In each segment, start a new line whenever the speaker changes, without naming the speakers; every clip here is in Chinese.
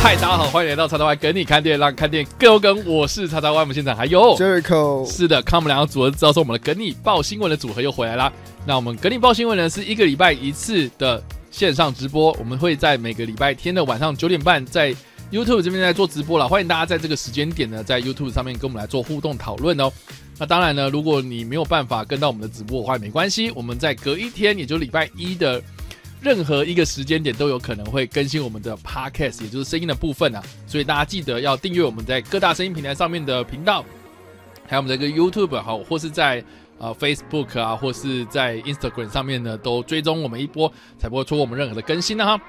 嗨，大家好，欢迎来到叉叉 Y 跟你看电影，让看电影更有梗。我是叉叉 Y，我们现场还有
Jericho，
是的，看我们两个组合，知道说我们的梗你报新闻的组合又回来啦。那我们梗你报新闻呢，是一个礼拜一次的线上直播，我们会在每个礼拜天的晚上九点半在 YouTube 这边来做直播了。欢迎大家在这个时间点呢，在 YouTube 上面跟我们来做互动讨论哦。那当然呢，如果你没有办法跟到我们的直播的话，也没关系，我们在隔一天，也就礼拜一的任何一个时间点都有可能会更新我们的 Podcast，也就是声音的部分啊。所以大家记得要订阅我们在各大声音平台上面的频道，还有我们这个 YouTube 好，或是在呃 Facebook 啊，或是在 Instagram 上面呢，都追踪我们一波，才不会错过我们任何的更新啊哈。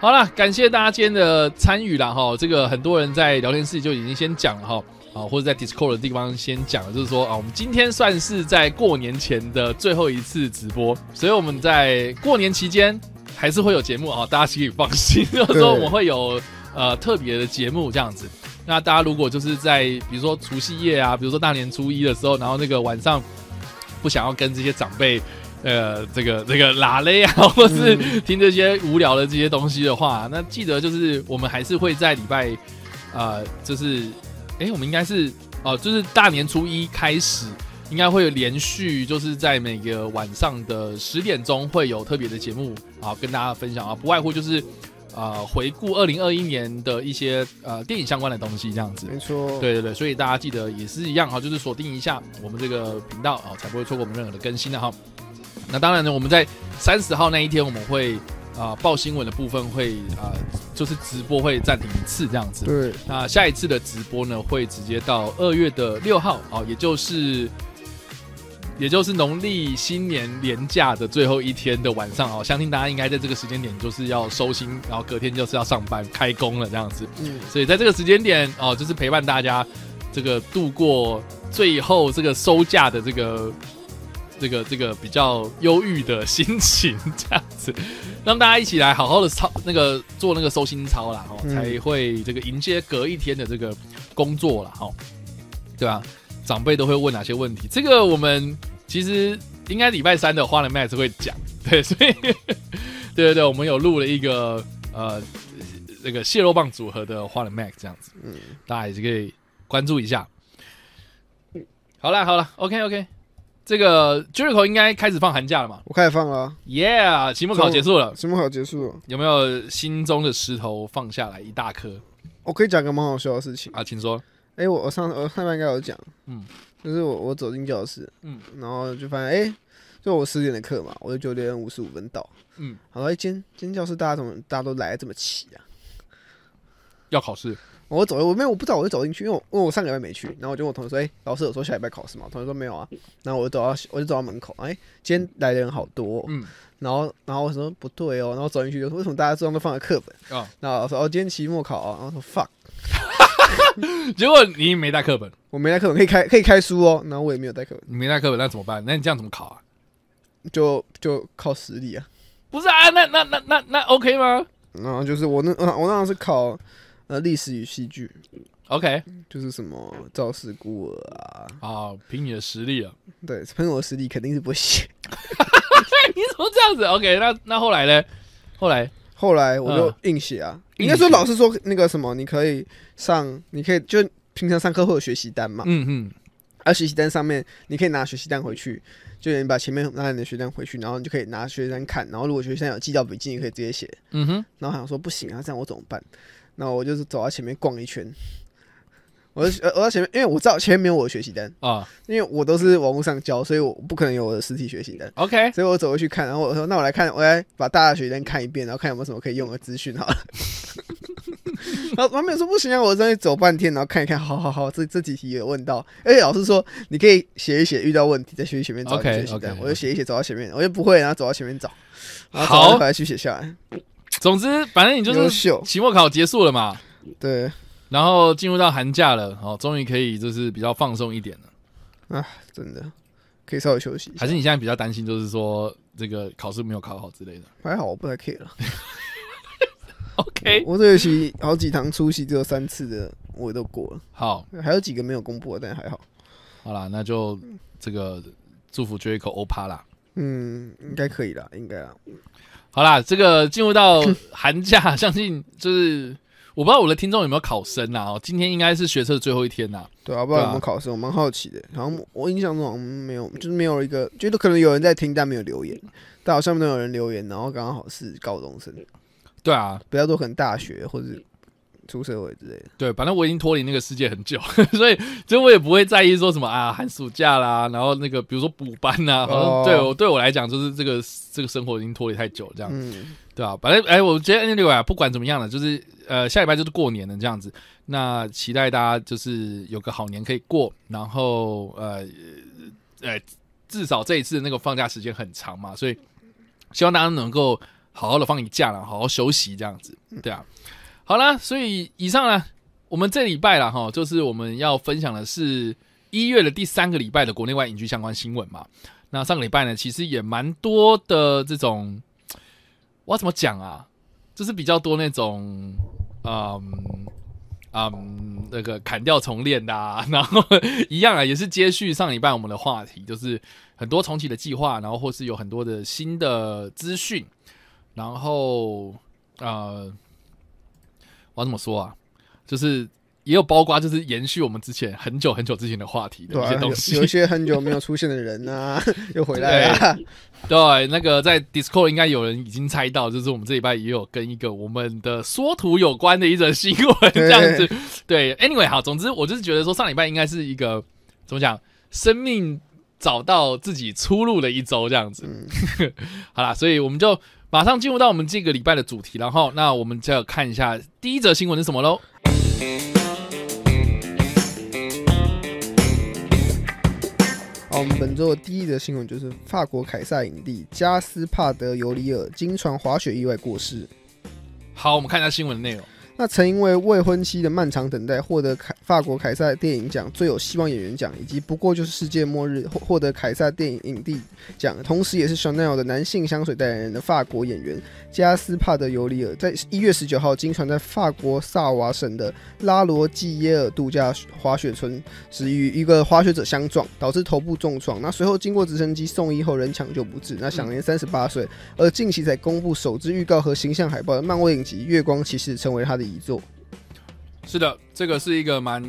好啦，感谢大家今天的参与啦哈。这个很多人在聊天室就已经先讲了哈，啊，或者在 Discord 的地方先讲了，就是说啊，我们今天算是在过年前的最后一次直播，所以我们在过年期间还是会有节目啊，大家请放心，就是说我们会有呃特别的节目这样子。那大家如果就是在比如说除夕夜啊，比如说大年初一的时候，然后那个晚上不想要跟这些长辈，呃，这个这个拉勒啊， 或是听这些无聊的这些东西的话，那记得就是我们还是会在礼拜，呃，就是，诶，我们应该是哦、就是大年初一开始。应该会连续就是在每个晚上的十点钟会有特别的节目啊，跟大家分享啊，不外乎就是呃回顾二零二一年的一些呃电影相关的东西这样子。
没错，，
对对对，所以大家记得也是一样哈，就是锁定一下我们这个频道啊，才不会错过我们任何的更新的哈。那当然呢，我们在三十号那一天，我们会啊、呃报新闻的部分会啊、呃就是直播会暂停一次这样子。
对，
那下一次的直播呢，会直接到二月的六号哦，也就是也就是农历新年连假的最后一天的晚上哦，相信大家应该在这个时间点就是要收心，然后隔天就是要上班开工了这样子。
嗯，
所以在这个时间点哦，就是陪伴大家这个度过最后这个收假的这个这个这个比较忧郁的心情，这样子，让大家一起来好好的操那个做那个收心操啦，哦，
嗯
才会这个迎接隔一天的这个工作啦，哦，对吧、长辈都会问哪些问题？这个我们其实应该礼拜三的花人麦是会讲，对，所以 对对对，我们有录了一个呃那个蟹肉棒组合的花人 Mac 这样子，
嗯
大家也是可以关注一下。好了好了，OK OK，这个 Jericho 应该开始放寒假了嘛
我开始放了啊，
？Yeah，期末考结束了，
什么好结束哦了？
有没有心中的石头放下来一大颗
我可以讲个蛮好笑的事情。
啊？请说。
哎、我我上我上班应该有讲，
嗯，
就是我我走进教室，
嗯，
然后就发现，哎、就我十点的课嘛，我就九点五十五分到，
嗯，
好哎，今天今天教室大家怎么大家都来得这么齐啊？
要考试，
我走，我没有，我不知道，我就走进去，因为我因为我上个礼拜没去，然后我就问我同学说，哎、老师有说下礼拜考试吗？我同学说没有啊，然后我就走到我就走到门口，哎、今天来的人好多哦、
嗯，
然后然后我说不对哦，然后走进去就说为什么大家桌上都放了课本？
啊
然后我说哦，今天期末考、啊，然后我说 fuck，
结果你没带课本，
我没带课本，可以开可以开书哦，然后我也没有带课本，
你没带课本，那怎么办？那你这样怎么考啊？
就就靠实力啊。
不是啊，那那那那那 OK 吗
然后就是我那我我那时候是考呃历史与戏剧，
？OK，
就是什么赵氏孤儿啊，
啊，凭你的实力啊。
对，朋友的实力肯定是不会写。
你怎么这样子？OK，那那后来呢？后来
后来我
嗯
就硬写啊，
硬写
应该说老师说那个什么，你可以上，你可以就平常上课会有学习单嘛，
嗯嗯，
而学习单上面你可以拿学习单回去，就你把前面拿你的学习单回去，然后你就可以拿学习单看，然后如果学习单有记到笔记，你可以直接写。
嗯哼，
然后想说不行啊，这样我怎么办？那我就是走到前面逛一圈，我就呃我到前面，因为我知道前面没有我的学习单，
啊
因为我都是网络上教，所以我不可能有我的实体学习单。
，OK，
所以我走过去看，然后我说：“那我来看，我来把大家的学习单看一遍，然后看有没有什么可以用的资讯好了。” 然后旁边说：“不行啊，我在那里走半天，然后看一看，好好好，这这几题有问到。”而且老师说你可以写一写，遇到问题再去前面找你的
OK，
学习单。
OK，
我就写一写，走到前面，我就不会，然后走到前面找，然后
好
找回来去写下来。
总之反正你就
优
是
秀，
期末考结束了嘛，
对，
然后进入到寒假了，哦，终于可以就是比较放松一点了。
真的可以稍微休息一下
还是你现在比较担心，就是说这个考试没有考好之类的
还好，我不太 care 了。
？OK，
我这学期好几堂出席只有三次的，我都过了，
好，
还有几个没有公布的，但还好。
好啦，那就这个祝福 J 口欧趴啦。
嗯，应该可以啦，应该啦。
好啦，这个进入到寒假，相信就是。我不知道我的听众有没有考生啊？哦，今天应该是学车的最后一天呐、
对啊，不知道有
对
没
啊
有考生，我蛮好奇的。好像我印象中好像没有，就是没有一个，觉得可能有人在听，但没有留言。但好像没有人留言，然后刚好是高中生，
对啊，
比较多可能大学或者出社会之类的。
对，反正我已经脱离那个世界很久， 所以其实我也不会在意说什么啊寒暑假啦，然后那个比如说补班呐、好像
哦
对我对我来讲就是这个这个生活已经脱离太久这样。
嗯，
对啊，反正哎，我觉得 anyway 啊，不管怎么样了，就是呃，下礼拜就是过年了这样子。那期待大家就是有个好年可以过，然后呃呃，至少这一次那个放假时间很长嘛，所以希望大家能够好好的放一假了，好好休息这样子。对啊，好啦，所以以上呢，我们这礼拜啦哈，就是我们要分享的是一月的第三个礼拜的国内外影剧相关新闻嘛。那上个礼拜呢，其实也蛮多的这种。我要怎么讲啊？就是比较多那种，嗯嗯，那个砍掉重练的、啊， 然后一样啊，也是接续上一半我们的话题，就是很多重启的计划，然后或是有很多的新的资讯，然后呃，我要怎么说啊？就是也有包括就是延续我们之前很久很久之前的话题的
对
一
啊，
些东
有
西，
有一些很久没有出现的人啊， 又回来了。
对，那个在 Discord 应该有人已经猜到，就是我们这礼拜也有跟一个我们的缩图有关的一则新闻，
对
这样子。对，Anyway，好，总之我就是觉得说上礼拜应该是一个怎么讲，生命找到自己出路的一周这样子。 好啦，所以我们就马上进入到我们这个礼拜的主题，然后那我们就要看一下第一则新闻是什么喽。
好，我们本周的第一则新闻就是法国凯撒影帝加斯帕德·尤里尔经船滑雪意外过世。
好，我们看一下新闻的内容。
那曾因为未婚妻的漫长等待获得凯法国凯撒电影奖最有希望演员奖，以及不过就是世界末日获获得凯撒电影影帝奖，同时也是 Chanel 的男性香水代言人的法国演员加斯帕德·尤里尔，在一月十九号经传在法国萨瓦省的拉罗季耶尔度假滑雪村时与一个滑雪者相撞，导致头部重创。那随后经过直升机送医后仍抢救不治，那享年三十八岁，而近期才公布首支预告和形象海报的漫威影集《月光骑士》成为他的遗作。
是的，这个是一个蛮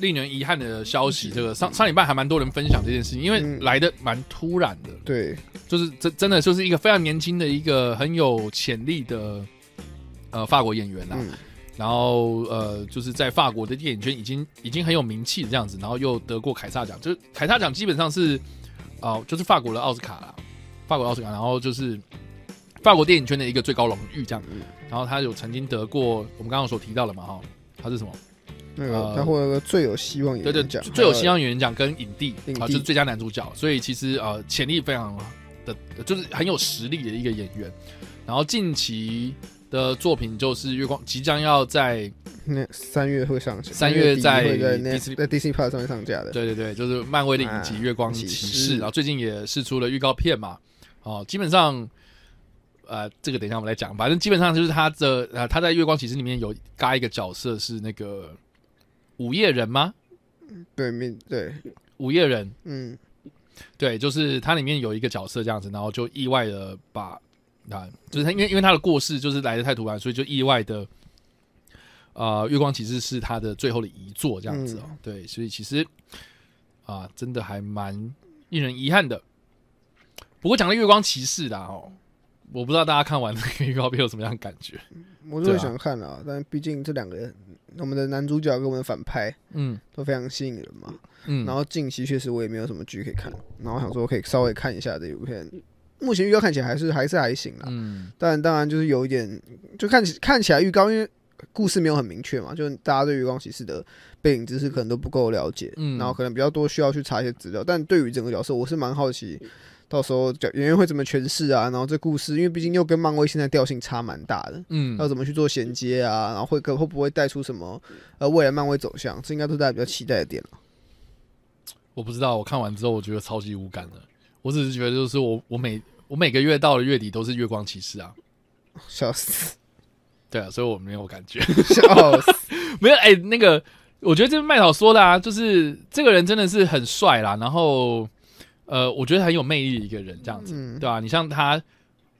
令人遗憾的消息。这个上上礼拜还蛮多人分享这件事情，因为
嗯
来的蛮突然的，
对，
就是真真的就是一个非常年轻的一个很有潜力的呃法国演员啦。
嗯
然后呃，就是在法国的电影圈已经已经很有名气的这样子，然后又得过凯撒奖，就是凯撒奖基本上是哦、就是法国的奥斯卡啦，法国的奥斯卡，然后就是法国电影圈的一个最高荣誉这样。
嗯
然后他有曾经得过我们刚刚所提到的嘛哈，他是什么？
那个
呃
他获得了最有希望演
对对，
员
最
奖，
最有希望演员奖跟影帝
影
啊、
帝
就是最佳男主角，所以其实呃潜力非常的，呃就是很有实力的一个演员。然后近期的作品就是《月光》，即将要在
那三月会上架，
三月
底
在
会在那
Disney-
在 Disney Plus 上面上架的。
对对对，就是漫威的影集《
啊
月光骑
骑
士
士》，
然后最近也试出了预告片嘛，哦，基本上。呃，这个等一下我们来讲，反正基本上就是他的呃，他在《月光骑士》里面有搭一个角色是那个午夜人吗？
对面对，
午夜人，
嗯，
对，就是它里面有一个角色这样子，然后就意外的把啊，就是他因为因为他的过世就是来的太突然，所以就意外的，呃，月光骑士是他的最后的遗作这样子哦。对，所以其实啊、真的还蛮令人遗憾的。不过讲到月光骑士啦，哦，我不知道大家看完那个预告片有什么样的感觉。
我都
对
会
啊
想看了，但毕竟这两个人，我们的男主角跟我们的反派
嗯
都非常吸引人嘛。
嗯
然，后近期确实我也没有什么剧可以看，然后想说可以稍微看一下这部片。目前预告看起来还是还是还行啦，
嗯，
但当然就是有一点，就看起看起来预告，因为故事没有很明确嘛，就大家对《月光骑士》的背景知识可能都不够了解，
嗯
然后可能比较多需要去查一些资料。但对于整个角色，我是蛮好奇，到时候角演员会怎么诠释啊？然后这故事，因为毕竟又跟漫威现在调性差蛮大的，
嗯
要怎么去做衔接啊？然后会跟会不会带出什么呃未来漫威走向？这应该都是大家比较期待的点了。
我不知道，我看完之后我觉得超级无感的。我只是觉得就是我我每我每个月到了月底都是月光骑士啊，
笑死，
对啊，所以我没有感觉。
笑死！
没有，哎、那个，我觉得这是麦导说的啊，就是这个人真的是很帅啦，然后呃，我觉得很有魅力的一个人，这样子，
嗯
对吧、啊你像他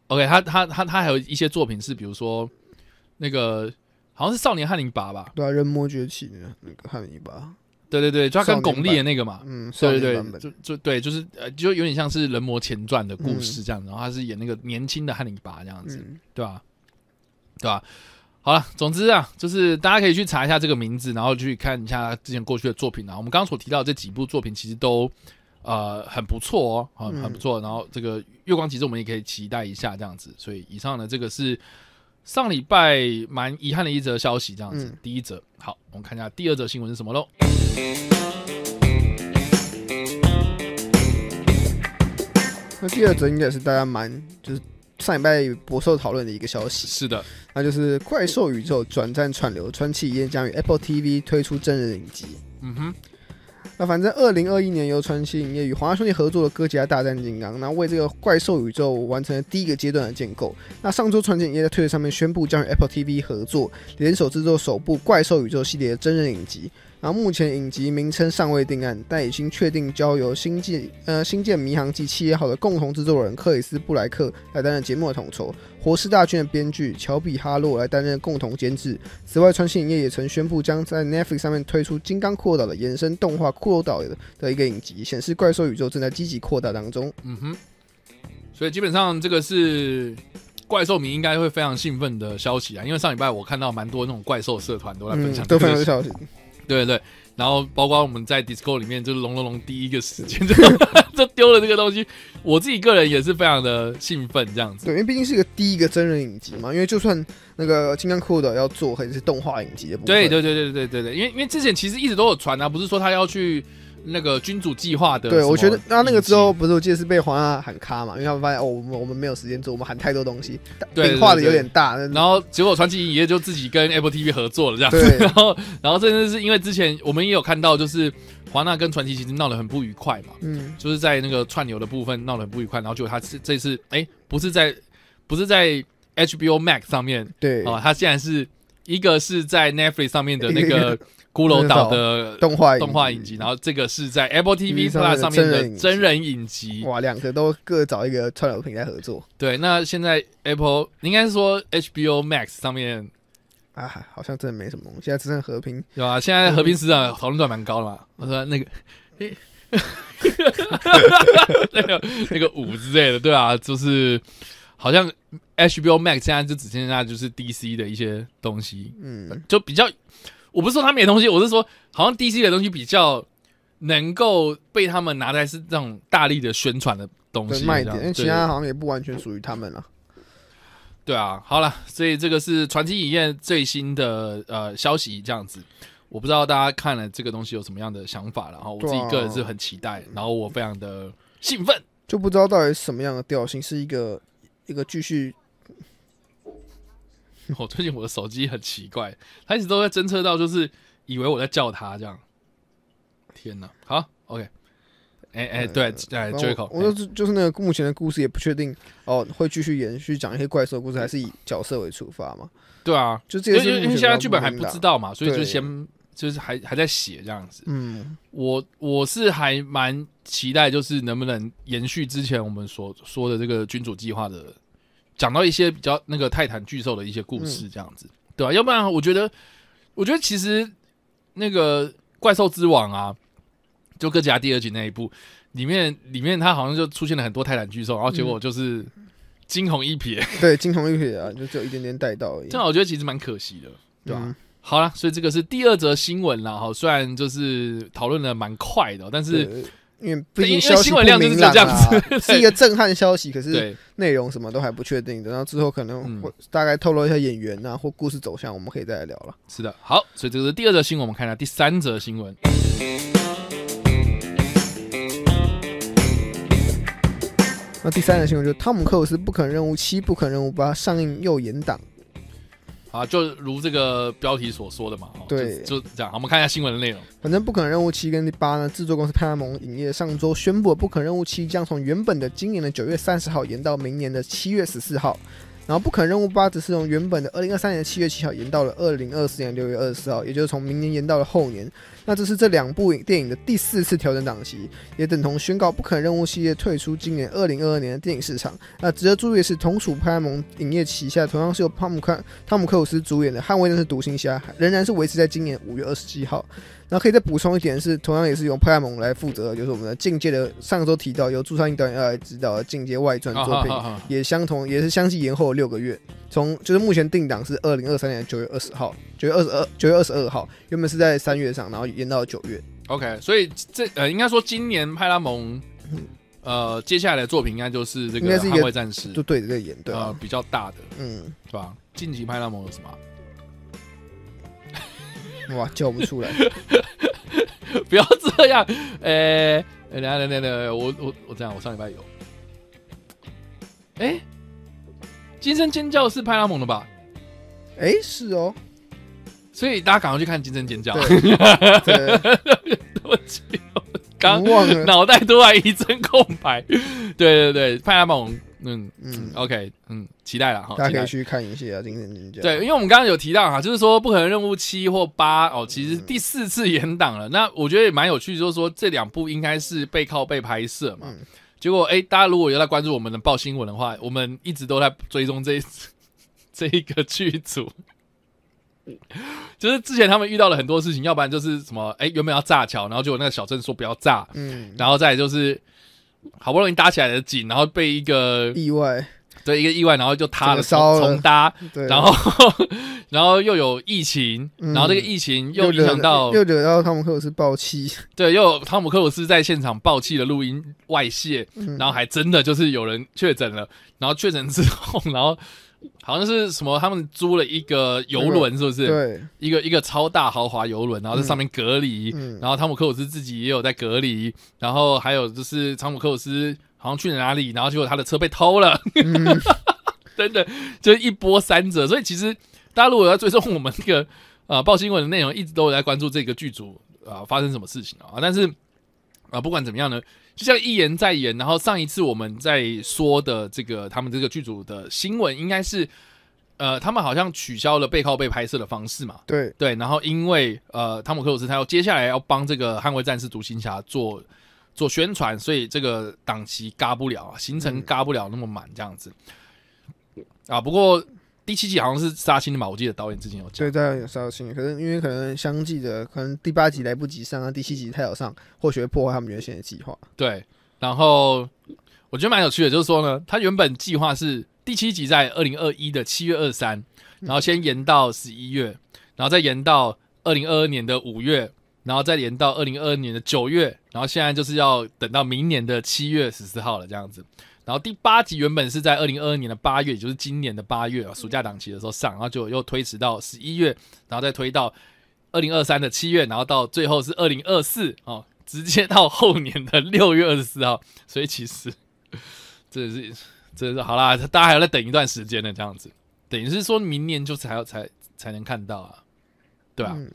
，OK，他他他他还有一些作品是，比如说那个好像是少年汉尼拔吧？
对啊，人魔崛起的那个汉尼拔，
对对对，就他
少
跟
年
巩俐的那个嘛。
嗯，少
对
年
对
版
对，
本
就就对，就是呃，就有点像是《人魔前传》的故事这样，然后他是演那个年轻的汉尼拔这样子，
嗯，
对吧、啊对吧、啊好了，总之啊，就是大家可以去查一下这个名字，然后去看一下他之前过去的作品啊。我们刚刚所提到的这几部作品，其实都呃很不错哦，很
嗯
很不错。然后这个《月光骑士》我们也可以期待一下这样子。所以以上呢，这个是上礼拜蛮遗憾的一则消息，这样子。
嗯
第一则，好，我们看一下第二则新闻是什么喽。
那第二则应该也是大家蛮就是上礼拜博受讨论的一个消息，
是的，
那就是怪兽宇宙转战串流，川崎烟将于 Apple TV 推出真人影集。
嗯哼，
那反正二零二一年由川崎影业与华纳兄弟合作的《哥吉拉大战金刚》，那为这个怪兽宇宙完成了第一个阶段的建构。那上周川崎影业在推特上面宣布将与 Apple TV 合作，联手制作首部怪兽宇宙系列的真人影集。然后目前影集名称尚未定案，但已经确定交由《星际呃星舰迷航记》企业号的共同制作人克里斯布莱克来担任节目的统筹，活尸大军的编剧乔比哈洛来担任共同监制。此外，川崎影业也曾宣布将在 Netflix 上面推出《金刚骷髅岛》的延伸动画《骷髅岛》的一个影集，显示怪兽宇宙正在积极扩大当中。
嗯哼，所以基本上这个是怪兽迷应该会非常兴奋的消息啊，因为上礼拜我看到蛮多那种怪兽社团都在分享
嗯都
这
非
个
常
事情，
有消息。
对对对，然后包括我们在 Discord 里面，就是龙龙龙第一个时间就 就丢了这个东西，我自己个人也是非常的兴奋这样子，
对，因为毕竟是一个第一个真人影集嘛，因为就算那个《金刚骷髅岛》要做，还是动画影集的部分。
对对对对对对对，因为因为之前其实一直都有传啊，不是说他要去那个君主计划的什么影集，
对，我觉得那那个之后不是，我记得是被华纳喊卡嘛，因为他们发现哦，我们我们没有时间做，我们喊太多东西，
对
饼画的
对对
有点大。那
然后结果传奇影业就自己跟 Apple TV 合作了这样子，
对
然后然后甚至是因为之前我们也有看到，就是华纳跟传奇其实闹得很不愉快嘛，
嗯，
就是在那个串流的部分闹得很不愉快，然后结果他这这次哎不是在不是在 HBO Max 上面
对，
哦，他竟然是一个是在 Netflix 上面的那 个骷髅岛的
动画
动画影集，然后这个是在 Apple TV
上面
Plus
的
上面的
真人影集
真人影集，
哇，两个都各找一个串流平台合作
对，那现在 Apple 应该是说 HBO Max 上面。
啊，好像真的没什么东西，现在只剩和平。
有啊，现在和平市长讨论度还蛮高的嘛。
嗯
我说那个， 诶那个那个五之类的，对啊，就是好像 HBO Max 现在就只剩下就是 DC 的一些东西，
嗯，
就比较，我不是说他没东西，我是说好像 DC 的东西比较能够被他们拿来是这种大力的宣传的东
对
西，
卖
这
点，
样
因为其
对
他好像也不完全属于他们了。
对啊，好了，所以这个是传奇影业最新的呃消息，这样子。我不知道大家看了这个东西有什么样的想法，然后我自己
对啊
个人是很期待，然后我非常的兴奋。
就不知道到底是什么样的调性，是一个一个继续
我最近我的手机很奇怪，它一直都在侦测到，就是以为我在叫它这样。天哪，好，OK，哎哎，对，哎
反正
，Jaco，
我我就是就是那个目前的故事也不确定哦，会继续延续讲一些怪兽故事，还是以角色为出发嘛？
对啊，
就这
因为
个是
因为
目前
现在
比较
剧本还
明
不
朗
知，道嘛，所以就
对
先就是还还在写这样子。
嗯，
我我是还蛮期待，就是能不能延续之前我们所说的这个君主计划的，讲到一些比较那个泰坦巨兽的一些故
嗯
事，这样子，对啊吧、要不然我觉得，我觉得其实那个怪兽之王啊，就哥吉拉第二集那一部里面，里面它好像就出现了很多泰坦巨兽，然后结果就是惊鸿一瞥，
对，金童玉铁啊，就只有一点点带到而已，
这样我觉得其实蛮可惜的，对吧、
嗯
好啦，所以这个是第二则新闻啦，哈，虽然就是讨论的蛮快的哦，但是。
对因为
对
毕
因为
竟消息
新
不
闻量就是
明朗
这样
啊
子
是一个震撼消息，可是
对，
内容什么都还不确定的。然后之后可能
嗯
会大概透露一下演员啊或故事走向，我们可以再来聊了。
是的，好，所以这个是第二则新闻，我们看一下第三则新闻。
那第三个新闻就是《汤姆克鲁斯不可能任务七：不可能任务八》上映右延档，
啊，就如这个标题所说的嘛，哦、
对
就，就这样。好我们看一下新闻的内容。
反正《不可能任务七》跟第八呢，制作公司派拉蒙影业上周宣布，《不可能任务七》将从原本的今年的九月三十号延到明年的七月十四号。然后不可能任务八则是从原本的二零二三年七月七号延到了二零二四年六月二十四号，也就是从明年延到了后年。那这是这两部电影的第四次调整档期，也等同宣告不可能任务系列退出今年二零二二年的电影市场。那值得注意的是，同属派拉蒙影业旗下，同样是由汤姆克汤姆克鲁斯主演的《捍卫战士：独行侠》仍然是维持在今年五月二十七号。然后可以再补充一点是，同样也是由派拉蒙来负责的，就是我们的《境界》的上周提到由朱三英导演来指导的《境界外传》作品，
啊哈哈哈
也相同，也是相继延后了六个月。从就是目前定档是二零二三年九月二十号，九月二十二，九月二十二号，原本是在三月上，然后延到了九月。
OK，所以这呃，应该说今年派拉蒙呃接下来的作品应该就是这
应该
个《
是一个
捍卫战士
就》对着这演，对
呃
啊，
比较大的，
嗯，
对吧？近期派拉蒙有什么啊？
哇，叫 不出来，
不要这样， 呃、呃等一下等一下等一下，我我我这样，我上礼拜有，哎、惊声尖叫是派拉蒙的吧？
哎，是 哦，
所以大家赶快去看《惊声尖叫》
对，对，
对不起，我刚
我忘了，
脑袋突然一阵空白。 对对对，派拉蒙，嗯嗯
嗯，
，OK，嗯，期待了哈，
大
期
家可
待
以去啊看一下《今天人家》。
对，因为我们刚刚有提到哈，就是说不可能任务七或八哦，其
嗯
实第四次延档了。那我觉得也蛮有趣，就是说这两部应该是背靠背拍摄嘛。
嗯
结果哎、大家如果有在关注我们的报新闻的话，我们一直都在追踪这一 这一个剧组。就是之前他们遇到了很多事情，要不然就是什么哎、原本要炸桥，然后结果那个小镇说不要炸，
嗯，
然后再来就是好不容易搭起来的景，然后被一个
意外，
对一个意外，然后就塌了，
整个烧
重
了
重搭，
对，
然后 然后又有疫情，
嗯
然后这个疫情又影
惹
响到
又惹到汤姆克鲁斯爆气，
对，又有汤姆克鲁斯在现场爆气的录音外泄，
嗯
然后还真的就是有人确诊了，然后确诊之后，然后好像是什么他们租了一个游轮，是不是？
对，
一个一个超大豪华游轮，然后在上面隔离，
嗯，
然后汤姆克鲁斯自己也有在隔离，然后还有就是汤姆克鲁斯好像去了哪里，然后结果他的车被偷了，
嗯
等等，就是一波三折。所以其实大家如果要追踪我们这个呃报新闻的内容，一直都有在关注这个剧组啊、发生什么事情啊。但是啊、不管怎么样呢，就像 E 一言再言，然后上一次我们在说的这个他们这个剧组的新闻，应该是呃他们好像取消了背靠背拍摄的方式嘛。
对，
对，然后因为呃，汤姆克鲁斯他要接下来要帮这个《捍卫战士：独行侠》做做宣传，所以这个档期嘎不了，啊，行程嘎不了那么满这样子。啊，不过第七集好像是杀青的嘛，我记得导演之前有讲
所以。大家有烧心，可是因为可能相继的，可能第八集来不及上啊，第七集太早上，或许会破坏他们原先的计划。
对，然后我觉得蛮有趣的，就是说呢，他原本计划是第七集在二零二一的七月二三，然后先延到十一月，然后再延到二零二二年的五月，然后再延到二零二二年的九月，然后现在就是要等到明年的七月十四号了，这样子。然后第八集原本是在二零二二年的八月，也就是今年的八月啊暑假档期的时候上，然后就又推迟到十一月，然后再推到二零二三的七月，然后到最后是二零二四哦，直接到后年的六月二十四号。所以其实这是这是好啦，大家还要再等一段时间呢，这样子，等于是说明年就才要才才能看到啊，对吧、
嗯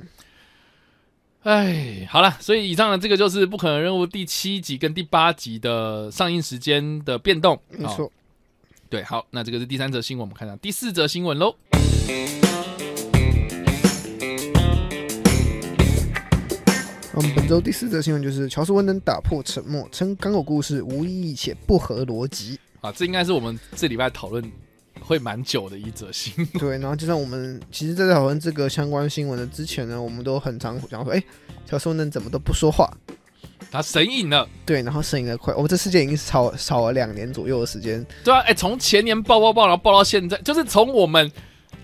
哎，好了，所以以上呢，这个就是《不可能任务》第七集跟第八集的上映时间的变动。
没
哦
错，
对，好，那这个是第三则新闻，我们看一下第四则新闻喽。
那我们嗯本周第四则新闻就是乔斯·温登打破沉默，称港口故事无意义且不合 逻辑。
啊，这应该是我们这礼拜讨论会蛮久的一则新闻。
对，然后就像我们其实，在讨论这个相关新闻的之前呢，我们都很常讲说，哎、乔斯·温登怎么都不说话？
他神隐了，
对，然后摄影的快，我们哦这世界已经吵吵了两年左右的时间，
对啊，哎、从前年爆爆爆，然后爆到现在，就是从我们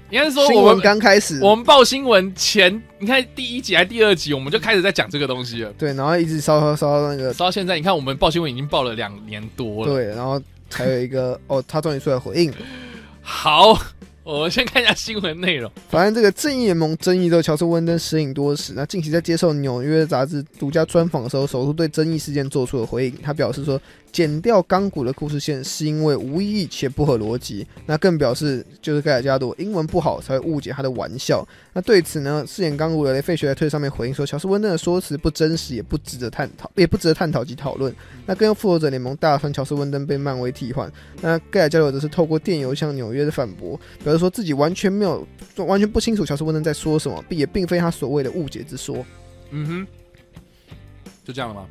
应该是说
新
我
闻
们
刚开始，
我们报新闻前，你看第一集还是第二集，我们就开始在讲这个东西了。
对，然后一直烧烧烧到那个
到现在，你看我们报新闻已经报了两年多了。
对，然后才有一个哦，他终于出来回应，
好，我们先看一下新闻内容。
反正这个正义联盟争议之后，乔治·温登时隐多时。那近期在接受《纽约》杂志独家专访的时候，首度对争议事件做出了回应。他表示说，剪掉钢骨的故事线是因为无意义且不合逻辑。那更表示，就是盖尔加朵英文不好才会误解他的玩笑。那对此呢，饰演钢骨的雷费雪在推特上面回应说，乔治·温登的说辞不真实，也不值得探讨，也不值得探讨及讨论。那更有复仇者联盟大翻乔治·温登被漫威替换。那盖尔加朵则是透过电邮向纽约的反驳，表示说自己完全没有完全不清楚乔治·温登在说什么，并也并非他所谓的误解之说。
嗯哼，就这样了吗？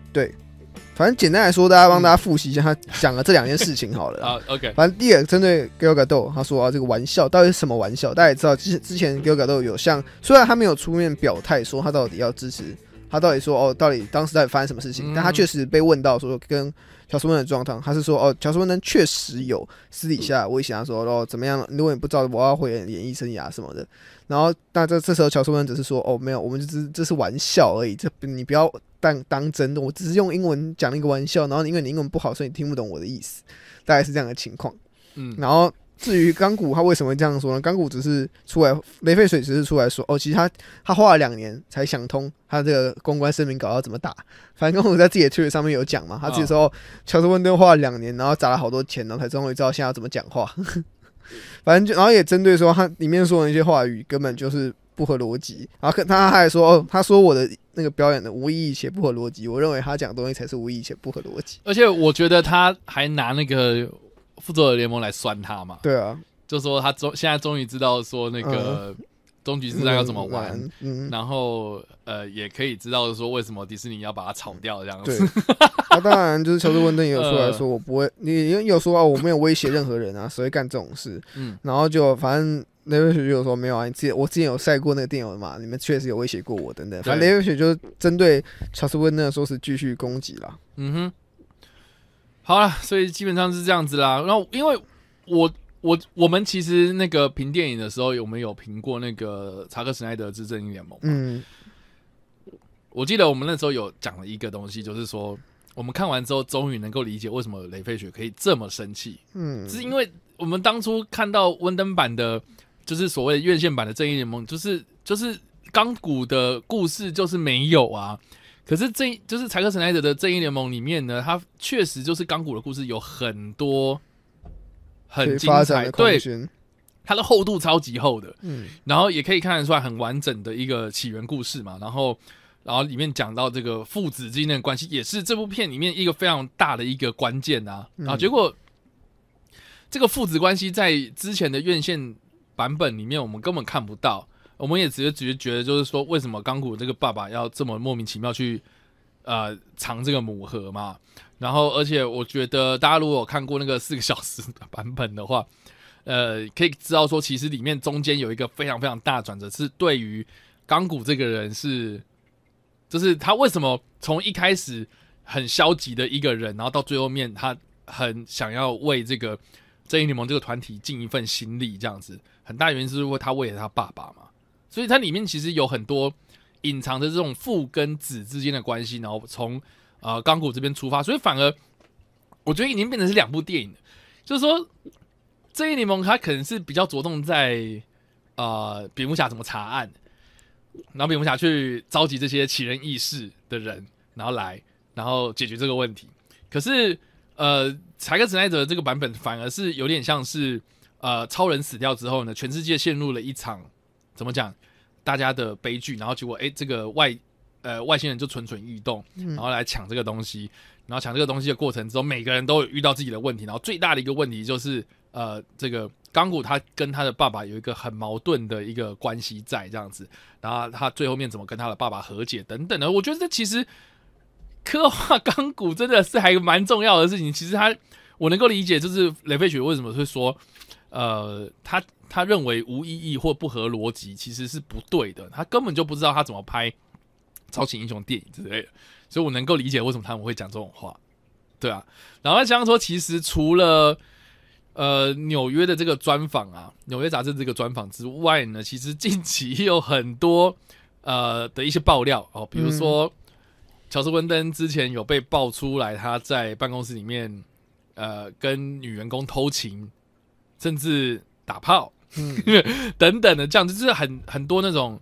反正简单来说，大家帮大家复习一下他讲的这两件事情好了。
啊，OK，
反正第一个针对 g i l g a d o 他说啊，这个玩笑到底是什么玩笑？大家也知道，之之前 g i l g a d o 有像，虽然他没有出面表态说他到底要支持，他到底说哦，到底当时到底发生什么事情？
嗯
但他确实被问到说跟乔斯温的状况，他是说哦，乔斯温登确实有私底下威胁他说哦怎么样？如果你不照我要回演艺生涯什么的。然后那这这时候乔斯温登只是说哦没有，我们就只这是玩笑而已，这你不要当当真的，我只是用英文讲了一个玩笑，然后因为你英文不好，所以你听不懂我的意思，大概是这样的情况。
嗯，
然后至于钢骨他为什么会这样说呢？钢骨只是出来，雷费水只是出来说，哦，其实他他花了两年才想通他这个公关声明稿要怎么打。反正钢骨在自己的 Twitter 上面有讲嘛，他自己说、哦乔治温登花了两年，然后砸了好多钱，然后才终于知道现在要怎么讲话。 反正就然后也针对说他里面说的一些话语根本就是不合逻辑，然后跟他还说哦，他说我的那个表演的无意义且不合逻辑，我认为他讲的东西才是无意义且不合逻辑。
而且我觉得他还拿那个复仇者联盟来酸他嘛，
对啊，
就说他终现在终于知道说那个终局之战要怎么玩，，
嗯，
然后呃也可以知道说为什么迪士尼要把它炒掉这样
对
子。，
那、当然就是乔治·温登也有出来
呃
说，我不会，你你有说啊，我没有威胁任何人啊， 谁会干这种事？
嗯，
然后就反正雷文雪就有说没有啊，你自己我之前有晒过那个电邮嘛，你们确实有威胁过我等等。反正
对
雷文雪就针对乔治·温登的说是继续攻击啦。
嗯哼，好了，所以基本上是这样子啦。然后因为我我我们其实那个评电影的时候，有没有评过那个查克·史奈德之正义联盟？
嗯，
我记得我们那时候有讲了一个东西，就是说我们看完之后，终于能够理解为什么雷费雪可以这么生气，
嗯
是因为我们当初看到温登版的，就是所谓的院线版的正义联盟，就是就是钢骨的故事就是没有啊。可是这就是柴克·史奈德的《正义联盟》里面呢，它确实就是钢骨的故事有很多
可
很
以
精
发
彩，
展的空
对
间。
它的厚度超级厚的，
嗯，
然后也可以看得出来很完整的一个起源故事嘛。然后，然后里面讲到这个父子之间的关系，也是这部片里面一个非常大的一个关键啊。然后结果，这个父子关系在之前的院线版本里面，我们根本看不到。我们也直接直接觉得，就是说，为什么钢骨这个爸爸要这么莫名其妙去呃藏这个母盒嘛？然后，而且我觉得大家如果有看过那个四个小时的版本的话，呃，可以知道说，其实里面中间有一个非常非常大的转折，是对于钢骨这个人是，就是他为什么从一开始很消极的一个人，然后到最后面他很想要为这个正义联盟这个团体尽一份心力，这样子，很大原因是因为他为了他爸爸嘛，所以它里面其实有很多隐藏着这种父跟子之间的关系，然后从呃钢骨这边出发，所以反而我觉得已经变成是两部电影了，就是说。正义联盟它可能是比较着重在呃蝙蝠侠怎么查案，然后蝙蝠侠去召集这些奇人异事的人，然后来，然后解决这个问题。可是呃，柴克史奈德这个版本反而是有点像是呃超人死掉之后呢，全世界陷入了一场怎么讲大家的悲剧，然后结果哎诶，这个外呃外星人就蠢蠢欲动，然后来抢这个东西。然后抢这个东西的过程之后，每个人都有遇到自己的问题，然后最大的一个问题就是，呃，这个钢骨他跟他的爸爸有一个很矛盾的一个关系在这样子，然后他最后面怎么跟他的爸爸和解等等的，我觉得这其实刻画钢骨真的是还蛮重要的事情。其实他我能够理解，就是雷飞雪为什么会说，呃，他他认为无意义或不合逻辑其实是不对的，他根本就不知道他怎么拍超级英雄电影之类的。所以我能够理解为什么他们会讲这种话，对啊。然后再加上说，其实除了呃纽约的这个专访啊，纽约杂志这个专访之外呢，其实近期也有很多呃的一些爆料哦，比如
嗯
说、乔治温登之前有被爆出来他在办公室里面呃跟女员工偷情，甚至打炮。
嗯
等等的，这样就是很很多那种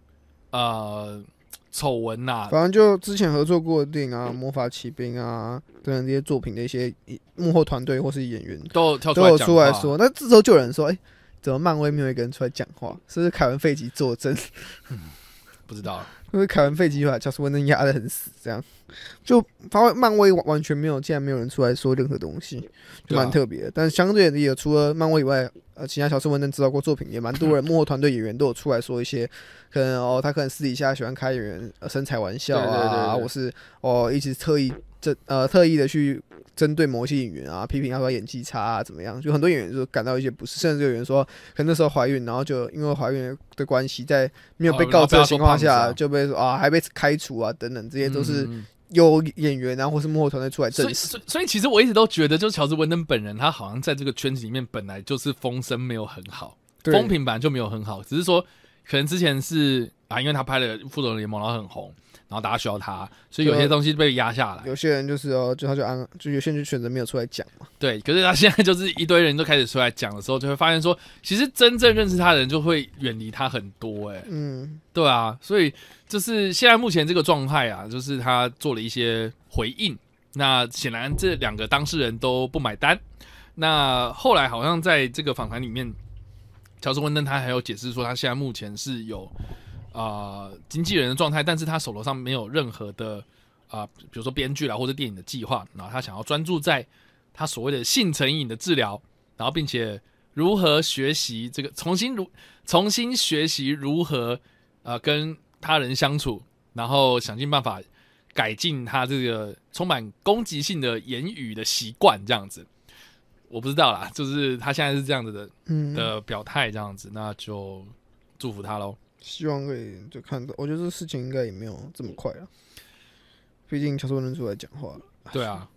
呃丑闻啊呐，
反正就之前合作过的电影啊，《魔法奇兵》啊等等这些作品的一些幕后团队或是演员
都有跳出
都
来
有
讲
出来
话，
说。那这时候就有人说，哎、怎么漫威没有一个人出来讲话？是不是凯文·费奇作证？是
不知道。
不是凯文·费奇把乔斯·温顿压得很死？这样就发挥漫威完完全没有，竟然没有人出来说任何东西，就
对啊
蛮特别的。但相对的，也有除了漫威以外，呃，其他乔斯·温顿指导过作品也蛮多人，幕后团队演员都有出来说一些，可能哦，他可能私底下喜欢开演员、呃、身材玩笑啊，
对对对对
我是哦，一直特意针呃特意的去针对某些演员啊，批评他说演技差啊怎么样，就很多演员就感到一些不适，甚至有人说可能那时候怀孕，然后就因为怀孕的关系，在没有被
哦
告知
然后被他
的
说
情况
胖子啊
下，就被说啊还被开除啊等等，这些都是
嗯
由演员啊或是幕后团队出来
所
证
以，
实。
所以所以其实我一直都觉得，就是乔治·温登本人，他好像在这个圈子里面本来就是风声没有很好，
对
风评本来就没有很好，只是说可能之前是啊，因为他拍了《复仇者联盟》，然后很红，然后大家需要他，所以有些
对
东西被压下来。
有些人就是哦，就他就安，就有些人就选择没有出来讲嘛。
对，可是他现在就是一堆人都开始出来讲的时候，就会发现说，其实真正认识他的人就会远离他很多、欸，哎，
嗯，
对啊，所以就是现在目前这个状态啊，就是他做了一些回应。那显然这两个当事人都不买单。那后来好像在这个访谈里面，乔治·温登他还有解释说，他现在目前是有啊、呃经纪人的状态，但是他手头上没有任何的啊、呃比如说编剧啦或者电影的计划，然后他想要专注在他所谓的性成瘾的治疗，然后并且如何学习这个重新如重新学习如何呃跟他人相处，然后想尽办法改进他这个充满攻击性的言语的习惯，这样子。我不知道啦，就是他现在是这样子的
嗯，
的表态，这样子，那就祝福他喽。
希望可以就看到，我觉得这事情应该也没有这么快了。毕竟乔治能出来讲话了，
对啊，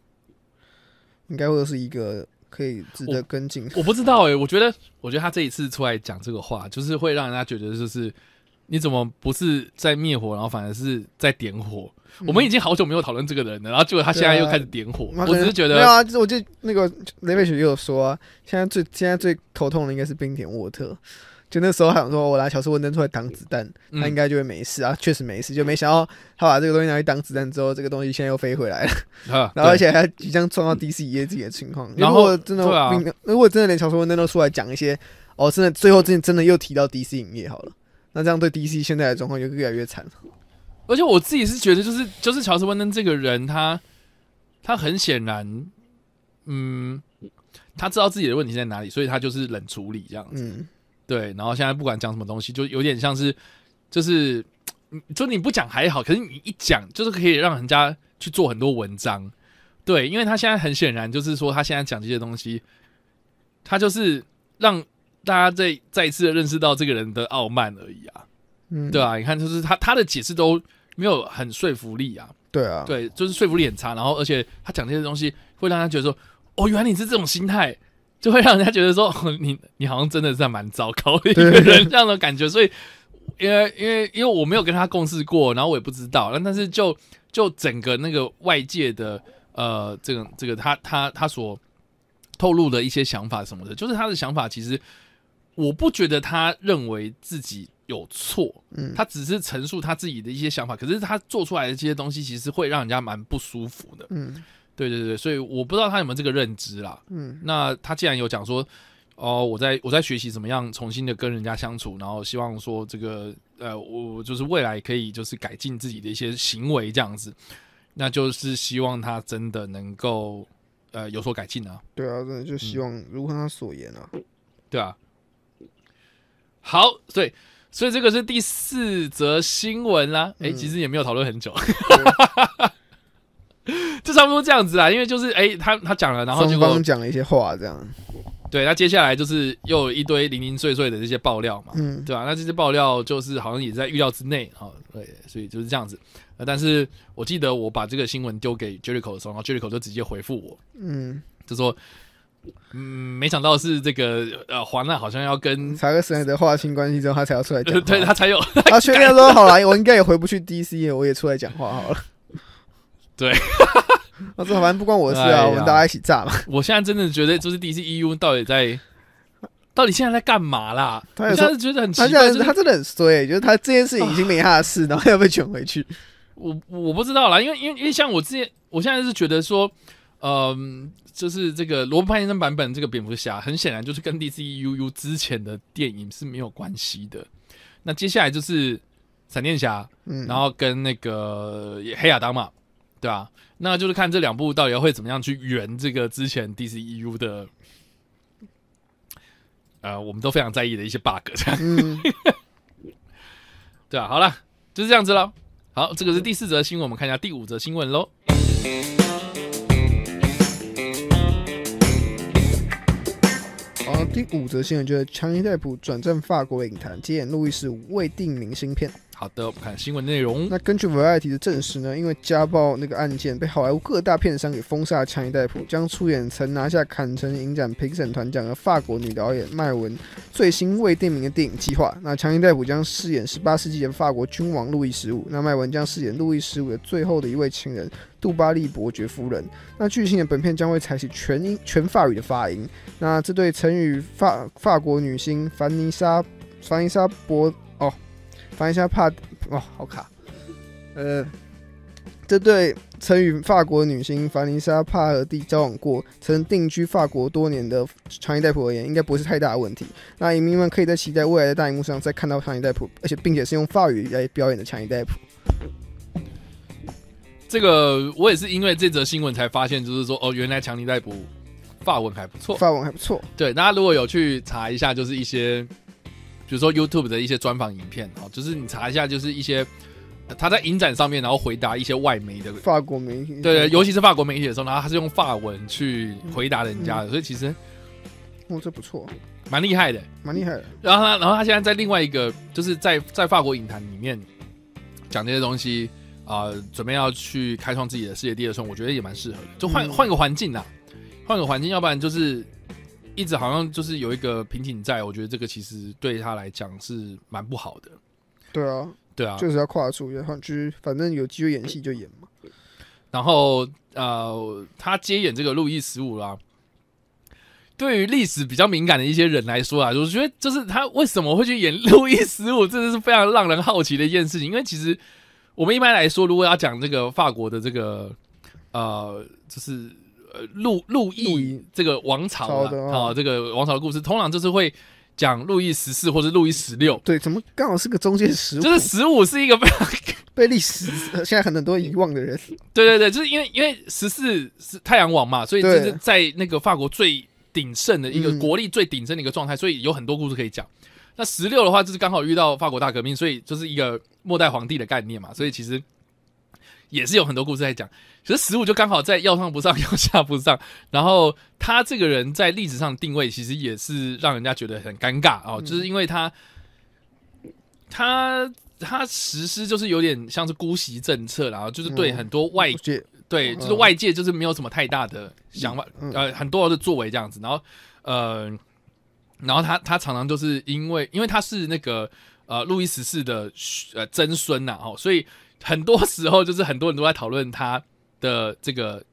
应该会是一个可以值得跟进。
我不知道诶、欸我觉得，我觉得他这一次出来讲这个话，就是会让人家觉得，就是你怎么不是在灭火，然后反而是在点火？我们已经好久没有讨论这个人了，然后结果他现在又开始点火，
嗯啊那可
我
能
只是觉
没有
得，
啊，就是我就那个雷贝雪也有说啊，现在最现在最头痛的应该是冰点沃特，就那时候他想说我拿乔斯温登出来挡子弹，
嗯
他应该就会没事啊，确实没事，就没想到他把这个东西拿去挡子弹之后，这个东西现在又飞回来了，
啊
然后而
对
且还即将撞到 DC 一自己的情况。
然
如
后
果真的
对啊
冰，如果真的连乔斯温登都出来讲一些，哦，真的最后真的真的又提到 DC 影业好了，那这样对 DC 现在的状况就越来越惨。
而且我自己是觉得，就是就是乔治温登这个人，他他很显然，嗯，他知道自己的问题在哪里，所以他就是冷处理这样子。
嗯，
对，然后现在不管讲什么东西，就有点像是，就是，嗯就你不讲还好，可是你一讲，就是可以让人家去做很多文章。对，因为他现在很显然就是说，他现在讲这些东西，他就是让大家再再一次的认识到这个人的傲慢而已啊。
嗯
对，啊，你看，就是他他的解释都没有很说服力啊，
对啊，
对，就是说服力很差，然后而且他讲这些东西会让他觉得说，哦，原来你是这种心态，就会让人家觉得说， 哦、你你好像真的是蛮糟糕的一个
对
人这样的感觉，所以。因为因为因为我没有跟他共事过，然后我也不知道，那但是就就整个那个外界的呃，这个这个他他他所透露的一些想法什么的，就是他的想法，其实我不觉得他认为自己有错，
嗯
他只是陈述他自己的一些想法，可是他做出来的这些东西，其实会让人家蛮不舒服的。
嗯
对对对，所以我不知道他有没有这个认知啦。
嗯
那他既然有讲说，哦，我在我在学习怎么样重新的跟人家相处，然后希望说这个呃，我我就是未来可以就是改进自己的一些行为这样子，那就是希望他真的能够呃有所改进啊，
对啊，真的就希望如果他所言啊，
对啊。好，对，所以这个是第四则新闻啦。诶，
嗯
其实也没有讨论很久，
对
就差不多这样子啦。因为就是诶，他他讲了，然后结
双
果
方讲了一些话，这样，
对，那接下来就是又有一堆零零碎碎的这些爆料嘛。
嗯，
对啊，那这些爆料就是好像也在预料之内啊、哦，对，所以就是这样子。呃但是我记得我把这个新闻丢给 Jericho 的时候，然后 Jericho 就直接回复我，
嗯，
就说，嗯，没想到是这个呃华纳好像要跟，
查克·史奈德划清关系之后，他才要出来讲
呃、
话。
对他才有
他确定说好了，我应该也回不去 DC，了我也出来讲话好了。
对，
我说反正不关我的事
哎呀
啊，我们大家一起炸嘛。
E 我现在真的觉得，就是 DC EU 到底在到底现在在干嘛啦？
他
我
有
现
说
在觉得很奇
他
怪
现，在
就是
他真的很衰、就是他这件事情已经没他的事，然后要被卷回去。
我我不知道啦，因为因为因为像我之前，我现在是觉得说，嗯、就是这个罗伯派先生版本这个蝙蝠侠，很显然就是跟 DCUU 之前的电影是没有关系的。那接下来就是闪电侠，
嗯，
然后跟那个黑亚当嘛，对吧、那就是看这两部到底会怎么样去圆这个之前 DCEU 的，呃，我们都非常在意的一些 bug，这样
嗯，
对啊，好了，就是这样子了。好，这个是第四则新闻，我们看一下第五则新闻喽。
好，第五则新闻就是强尼戴普转战法国影坛，接演路易斯未定名新片。
好的，我们看新闻内容。
那根据 Variety 的证实呢，因为家暴那个案件被好莱坞各大片商给封杀，强尼戴普将出演曾拿下坎城影展评审团奖的法国女导演麦文最新未定名的电影计划。那强尼戴普将饰演18世纪的法国君王路易十五，那麦文将饰演路易十五的最后的一位情人杜巴利伯爵夫人。那据信的本片将会采取全英全法语的发音。那这对曾与法法国女星凡妮莎凡妮莎博哦凡妮莎帕哦好卡。呃，这对曾与法国女星凡妮莎·帕尔蒂交往过、曾定居法国多年的呃长衣戴普而言，应该不是太大的问题。那影迷们可以在期待未来的大荧幕上再看到长衣戴普，而且并且是用法语来表演的长 衣戴普。
这个我也是因为这则新闻才发现，就是说哦，原来强尼逮捕发文还不错。
法文还不错，
对，大家如果有去查一下，就是一些比如说 YouTube 的一些专访影片哦，就是你查一下，就是一些呃他在影展上面，然后回答一些外媒的，
法国媒体
对对，尤其是法国媒体的时候，然后他是用法文去回答人家的，所以其实
哦，这不错，
蛮厉害的。
蛮厉害的。
然后他，然后他现在在另外一个，就是在在法国影坛里面讲这些东西啊、呃准备要去开创自己的世界第二春，我觉得也蛮适合的，就换
嗯
换个环境啦，换个环境，要不然就是一直好像就是有一个瓶颈在，我觉得这个其实对他来讲是蛮不好的，
对啊，
对啊。
就是要跨出，要换，就是反正有机会演戏就演嘛。
然后呃，他接演这个路易十五啦。对于历史比较敏感的一些人来说啊，我觉得就是他为什么会去演路易十五，真的是非常让人好奇的一件事情。因为其实我们一般来说，如果要讲这个法国的这个呃，就是呃路路
路
易
易
这个王朝
朝的
啊、
哦
这个王朝的故事，通常就是会讲路易十四或者路易十六，
对，怎么刚好是个中间食物
就，是十五是一个非常
被历史呃现在很多遗忘的人。
对对对，就是因为因为十四是太阳王嘛，所以这
对
是在那个法国最鼎盛的一个、
嗯
国力最鼎盛的一个状态，所以有很多故事可以讲。那十六的话，就是刚好遇到法国大革命，所以就是一个末代皇帝的概念嘛，所以其实也是有很多故事在讲。可是十五就刚好在要上不上，要下不上，然后他这个人在历史上的定位，其实也是让人家觉得很尴尬
嗯
哦，就是因为他他他实施就是有点像是姑息政策啦，然后就是对
嗯
很多外
我觉得
对，
嗯
就是外界就是没有什么太大的想法，
嗯
呃，很多的作为这样子，然后呃，然后他他常常就是因为因为他是那个呃路易十四的呃曾孙呐、哦，所以很多时候就是很多人都在讨论他的这个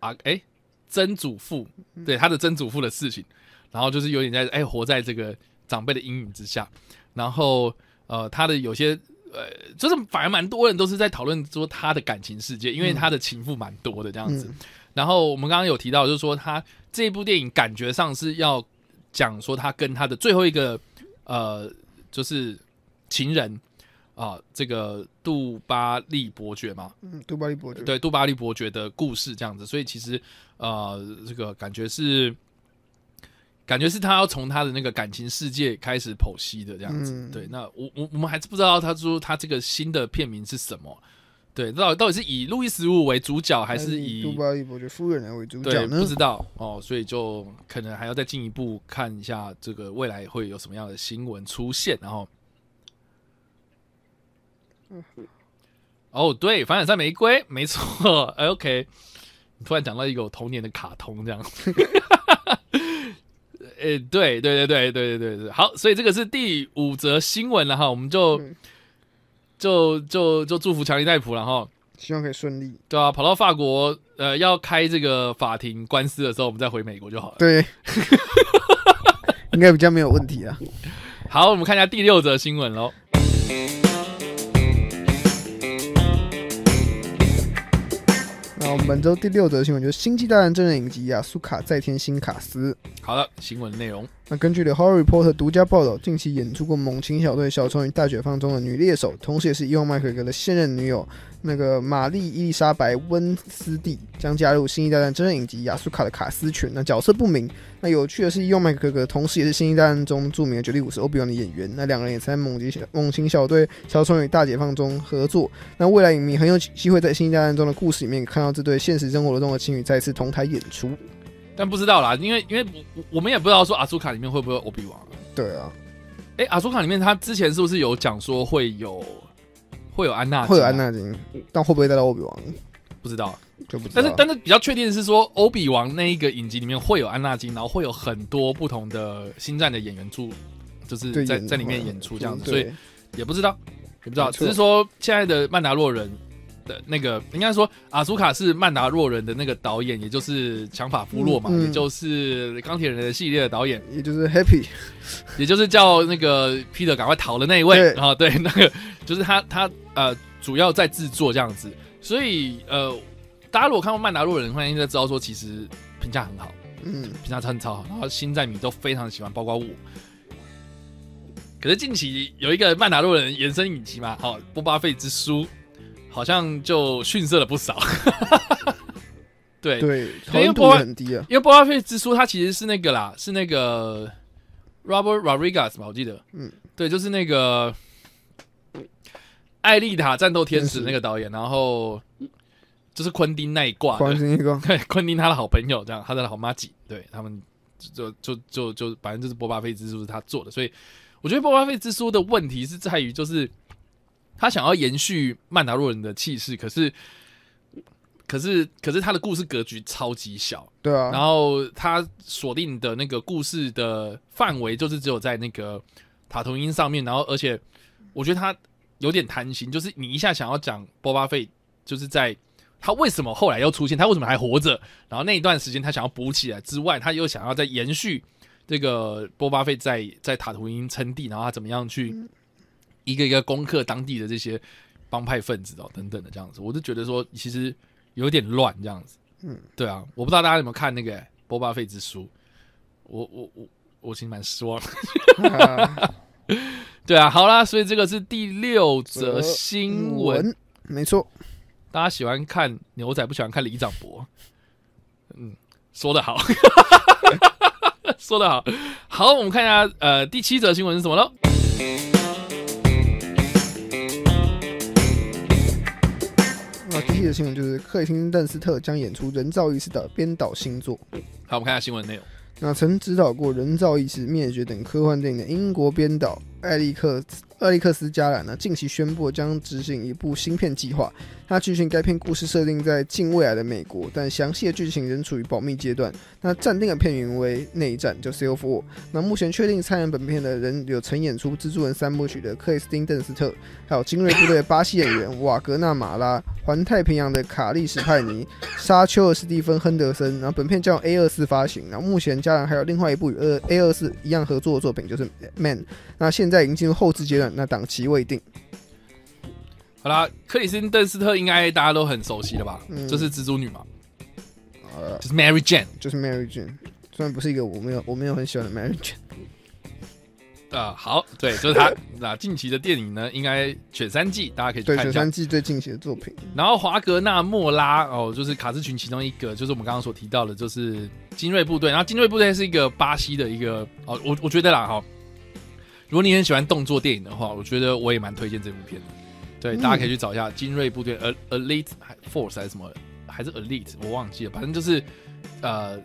啊哎曾祖父，
嗯
对他的曾祖父的事情，然后就是有点在哎活在这个长辈的阴影之下，然后呃他的有些呃，就是反而蛮多人都是在讨论说他的感情世界，因为他的情妇蛮多的这样子。
嗯
然后我们刚刚有提到，就是说他这部电影感觉上是要讲说他跟他的最后一个呃，就是情人啊、这个杜巴利伯爵嘛，
嗯，杜巴利伯爵，
对，杜巴利伯爵的故事这样子，所以其实呃，这个感觉是，感觉是他要从他的那个感情世界开始剖析的这样子。
嗯
对，那我我我们还是不知道他说他这个新的片名是什么。对，到底到底是以路易十五为主角，还是以
杜巴利伯爵夫人来为主角
对
呢？
不知道哦，所以就可能还要再进一步看一下这个未来会有什么样的新闻出现，然后。哦，对，反闪三玫瑰， 没错。哎 OK，你突然讲到一个我童年的卡通这样。 诶，对对对对对对对对，好，所以这个是第五则新闻了哈，我们就、
嗯
就就就祝福强尼戴普了哈。
希望可以顺利。
对啊，跑到法国，呃，要开这个法庭官司的时候，我们再回美国就好了。
对，应该比较没有问题啦。啊
好，我们看一下第六则新闻喽。
那我们本周第六则新闻就是《星际大战》真人影集《亚苏卡再添新卡斯》。
好了，新闻内容，
那根据《The Horror Report》独家报道，近期演出过《猛禽小队》《小丑女大解放》中的女猎手，同时也是伊万麦克格的现任女友，那个玛丽伊丽莎白温斯蒂将加入《星际大战》真人影集《雅苏卡》的卡斯群。那角色不明。那有趣的是，伊万麦克格同时也是《星际大战》中著名的绝地武士欧比王的演员。那两人也曾在《猛禽小猛禽小队》《小丑女大解放》中合作。那未来影迷很有机会在《星际大战》中的故事里面看到这对现实生活中的情侣再次同台演出。
但不知道啦，因为因为我我们也不知道说阿苏卡里面会不会有欧比王。
对啊，
哎，阿苏卡里面他之前是不是有讲说会有会有安娜？
会有安，娜金，但会不会带到欧比王
不知道。啊
就不知道
但
了。
是但是比较确定的是说，欧比王那一个影集里面会有安娜金，然后会有很多不同的星战的演员出，就是
对
在
演
在里面演出这样子，
嗯
所以
对
也不知道，也不知道，
没
只
错
是说现在的曼达洛人的那个，应该说阿苏卡是曼达洛人的那个导演，也就是强法夫洛嘛，
嗯嗯
也就是钢铁人的系列的导演，
也就是 Happy
也就是叫那个 Peter 赶快逃的那一位
对
啊，对，那个就是他他呃主要在制作这样子，所以呃，大家如果看过曼达洛人，欢迎就知道说其实评价很好，
嗯，
评价真的超好，然后星战迷都非常喜欢，包括我。可是近期有一个曼达洛人延伸影集嘛，好、波巴费之书，好像就逊色了不少。 对，
对，
因
讨
为
论度
波
也
兰
很低啊，
因为波巴费之书它其实是那个啦，是那个 Robert Rodriguez 吧，我记得，嗯
嗯，
对，就是那个艾丽塔战斗天使
天使
那个导演，然后就是昆汀那一挂的
黄，金一个，
对， 昆汀他的好朋友，这样他的好妈吉，对他们就就就就反正就是波巴费之书是他做的，所以我觉得波巴费之书的问题是在于，就是他想要延续曼达洛人的气势，可是可是可是他的故事格局超级小，
对啊，
然后呃他锁定的那个故事的范围就是只有在那个塔图因上面，然后而且我觉得他有点贪心，就是你一下想要讲波巴费，就是在他为什么后来又出现，他为什么还活着，然后那一段时间他想要补起来之外，他又想要再延续这个波巴费在在塔图因称帝，然后他怎么样去一个一个攻克当地的这些帮派分子哦等等的这样子，我就觉得说其实有点乱这样子。对啊，我不知道大家有没有看那个《波巴费之书》我，我我我其实蛮失望的。
啊
对啊，好啦，所以这个是第六则新闻。
呃文啊没错，
大家喜欢看牛仔，不喜欢看李长博。嗯，说得好， 说得好。好，我们看一下呃第七则新闻是什么喽？
那第一的新闻就是克里斯汀·邓斯特将演出人造意识的编导新作。
好，我们看一下新闻内容。
那曾执导过《人造意识》《灭绝》等科幻电影的英国编导艾利克艾利克斯加兰呢，近期宣布将执行一部芯片计划。那剧情该片故事设定在近未来的美国，但详细的剧情仍处于保密阶段。那暂定的片名为《内战》，就 Civil War。那目前确定参演本片的人有曾演出《蜘蛛人》三部曲的克里斯汀·邓斯特，还有精锐部队的巴西演员瓦格纳马拉、环太平洋的卡利·史派尼、沙丘的史蒂芬·亨德森，然后本片将 A 二四发行，然后目前加兰还有另外一部与二 A 二四一样合作的作品，就是《Man》，那现在已经进入后置阶段，那档期未定。
好啦，克里斯汀·邓斯特应该大家都很熟悉了吧？
嗯
就是蜘蛛女嘛，
呃，
就是 Mary Jane
就是 Mary Jane，虽然不是一个我没有我没有很喜欢的 Mary Jane，
啊、好，对，就是她。 那近期的电影呢，应该选三季，大家可以去
对
看
九
一下
三。季最近期的作品，
然后华格纳莫拉哦，就是卡斯群其中一个，就是我们刚刚所提到的，就是精锐部队。然后精锐部队是一个巴西的一个哦，我我觉得啦哈、哦，如果你很喜欢动作电影的话，我觉得我也蛮推荐这部片的。对，
嗯
大家可以去找一下《精锐部队》呃 Elite Force 还是什么，还是 Elite，我忘记了，反正就是呃呃，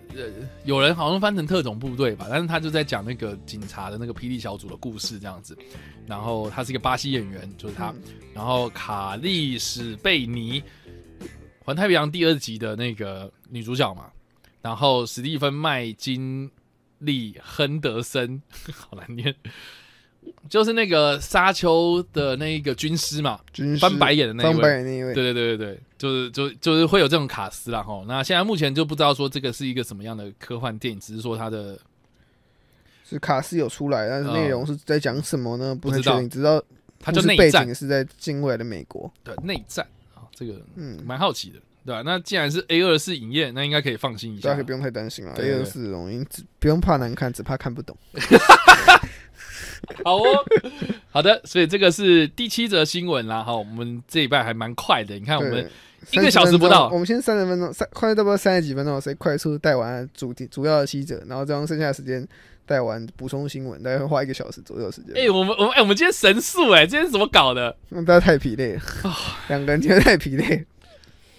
有人好像翻成特种部队吧，但是他就在讲那个警察的那个霹雳小组的故事这样子。然后他是一个巴西演员，就是他。
嗯
然后卡莉史贝尼，《环太平洋》第二集的那个女主角嘛，然后史蒂芬麦金利亨德森， 好难念，就是那个沙丘的那个军师嘛，
军师
翻白眼的那一
翻白
位。
眼那一位，
对对对对对，就是就就是会有这种卡斯啦吼。那现在目前就不知道说这个是一个什么样的科幻电影，只是说它的
是卡斯有出来，但是内容是在讲什么呢？不
嗯不
太
知
确
道
定，只知道
它
故
叫
事
内
背
战
景是在近未来的美国。
对内战啊，这个
嗯，
蛮好奇的，对吧、那既然是 A 二四影业，那应该可以放心一下
大家啊可以。不用太担心了。
对
A
对
二四容易，只不用怕难看，只怕看不懂。
好哦，好的，所以这个是第七则新闻啦。哈，我们这一拜还蛮快的，你看我
对，
们一
30
个小时
分
不
钟
到
哦我们先三十分钟，三快差不多三十几分钟，所以快速带完主题主要的七者，然后再用剩下的时间带完补充新闻，大概会花一个小时左右的时间。
哎、我们我们哎、我们今天神速哎、今天是怎么搞的？
那大家太疲累了，
哦
两个人今天太疲累了。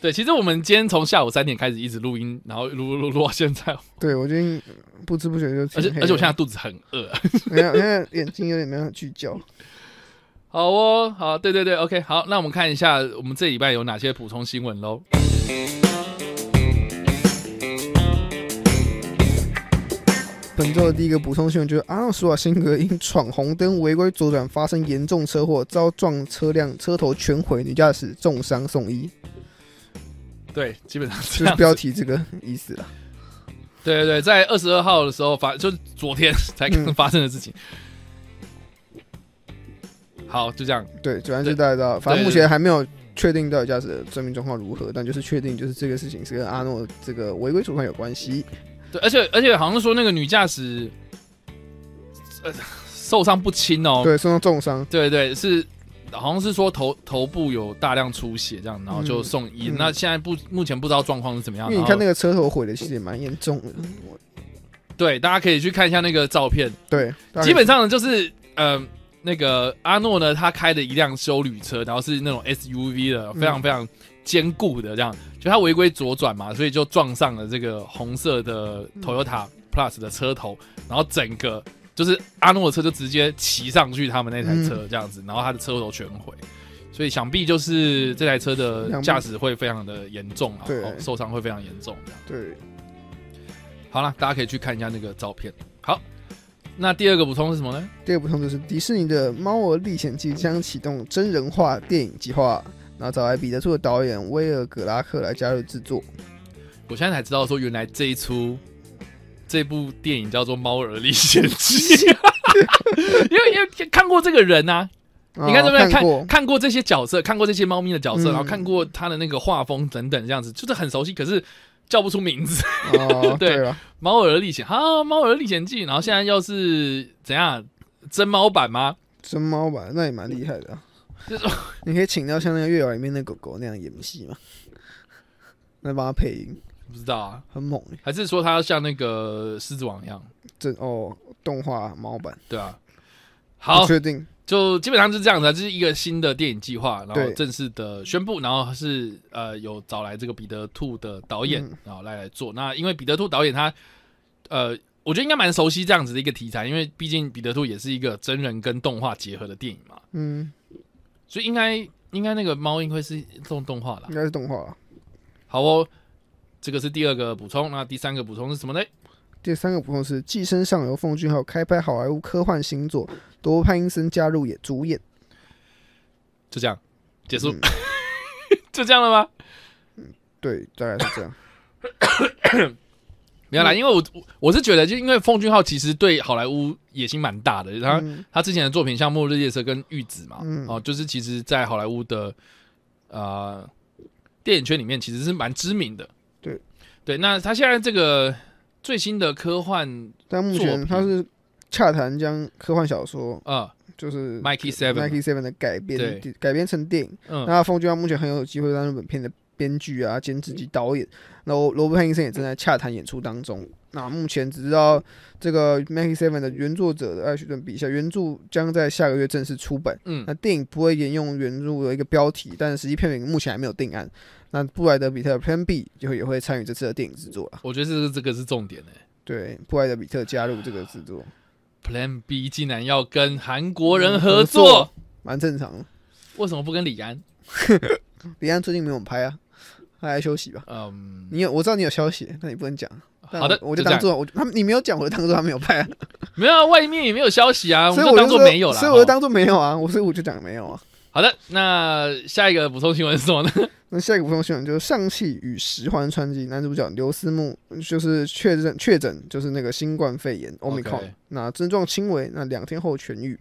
对，其实我们今天从下午三点开始一直录音，然后录录录到现 在，
对我最近不知不觉就
而且
天黑
而且我现
了
在肚子很饿。
没有，现在眼睛有点没有聚焦。
好哦，好，对对对，OK，好，那我们看一下我们这礼拜有哪些补充新闻喽。
本周的第一个补充新闻就是阿诺施瓦辛格因闯红灯违规左转发生严重车祸，遭撞车辆车头全毁，女驾驶重伤送医，
对，基本上是
就
这
是
样。
标题这个意思啦。
对对对，在二十二号的时候发，就是昨天才刚
嗯
发生的事情。好，就这样。
对，主要就是大家知道，反正目前还没有确定到底驾驶的证明状况如何，但就是确定就是这个事情是跟阿诺这个违规处罚有关系。
对，而且而且好像说那个女驾驶，呃，受伤不轻哦。
对，受到重伤。
对对是。好像是说头头部有大量出血，这样，然后就
嗯
送医。
嗯
那现在不目前不知道状况是怎么样。
因为你
然
看
后嗯
那个车头毁的其实也蛮严重的，
对，大家可以去看一下那个照片。
对，大概
基本上呢就是，呃，那个阿诺呢，他开的一辆修旅车，然后是那种 SUV 的，
嗯
非常非常坚固的，这样。就他违规左转嘛，所以就撞上了这个红色的 Toyota Plus 的车头，然后整个就是阿诺的车就直接骑上去他们那台车
嗯
这样子，然后他的车头全毁。所以想必就是这台车的
两部
驾驶会非常的严重啊，
对
哦受伤会非常严重这样。
对，
好了，大家可以去看一下那个照片。好，那第二个补充是什么呢？
第二个补充就是迪士尼的《猫儿历险记》将启动真人化电影计划，然后找来彼得兔的导演威尔·葛拉克来加入制作。
我现在才知道说，原来这一出这部电影叫做《猫儿历险 记》，因为因为看过这个人啊，你看
哦
这边看
过，
看过这些角色，看过这些猫咪的角色，
嗯
然后看过他的那个画风等等，这样子就是很熟悉，可是叫不出名字。 《
哦，
对
对了，
猫儿历险》啊，《猫儿历险记》，然后现在又是怎样真猫版吗？
真猫吧，那也蛮厉害 的啊、
就是
你可以请到像那个月老里面那狗狗那样演戏嘛，来帮他配音，
不知道啊，
很猛哎、
还是说他要像那个狮子王一样？
真哦，动画猫版，
对啊。好
不，确定，
就基本上就是这样子、啊，就是一个新的电影计划，然后
对
正式的宣布，然后是呃有找来这个彼得兔的导演，
嗯
然后来来做。那因为彼得兔导演他呃，我觉得应该蛮熟悉这样子的一个题材，因为毕竟彼得兔也是一个真人跟动画结合的电影嘛，
嗯，
所以应该应该那个猫应该是动动画啦
应。该是动画啊。
好哦，这个是第二个补充，那第三个补充是什么呢？
第三个补充是《寄生上流》奉俊昊开拍好莱坞科幻新作，罗伯·派因森加入演主演，
就这样结束，
嗯
就这样了吗？
对，大概是这样。
没有
嗯
啦，因为我我我是觉得，就因为奉俊昊其实对好莱坞野心蛮大的，他、
嗯
他之前的作品像《末日夜色》跟《玉子》嘛，
嗯
哦，就是其实，在好莱坞的呃电影圈里面其实是蛮知名的。
对
对，那他现在这个最新的科幻
但目
作
前
品
他是洽谈将科幻小说，
啊、
就是
Mikey Seven
Mikey Seven 的改
对
编改编成电影。
嗯，
那奉俊昊目前很有机会担任本片的编剧啊、监制及导演。那罗罗伯·汉尼森也正在洽谈演出当中。那目前只知道这个 Mikey Seven 的原作者的艾许顿笔下，原著将在下个月正式出版。
嗯
那电影不会沿用原著的一个标题，但实际片名目前还没有定案。那布莱德比特 Plan B 就也会参与这次的电影制作了。
我觉得这个这个是重点呢、
对，布莱德比特加入这个制作，
Plan B 竟然要跟韩国人
嗯
合
合
作，
作蛮正常的。
为什么不跟李安？
李安最近没有拍啊，他来休息吧。
嗯，
你有我知道你有消息，但你不能讲。但
好的，
我我就
这样
当做我他你没有讲，我就当做他没有拍啊，
没有啊，外面也没有消息啊，我
所
们
以我
当做
说
没有啦。
所以我就
哦
当做没有啊，我所以我就讲没有啊，
好的，那下一个补充新闻是什么呢？
那下一个补充新闻就是上汽与十环传奇男主角刘思慕就是确诊确诊就是那个新冠肺炎 Omicron，、
OK
那症状轻微，那两天后痊愈。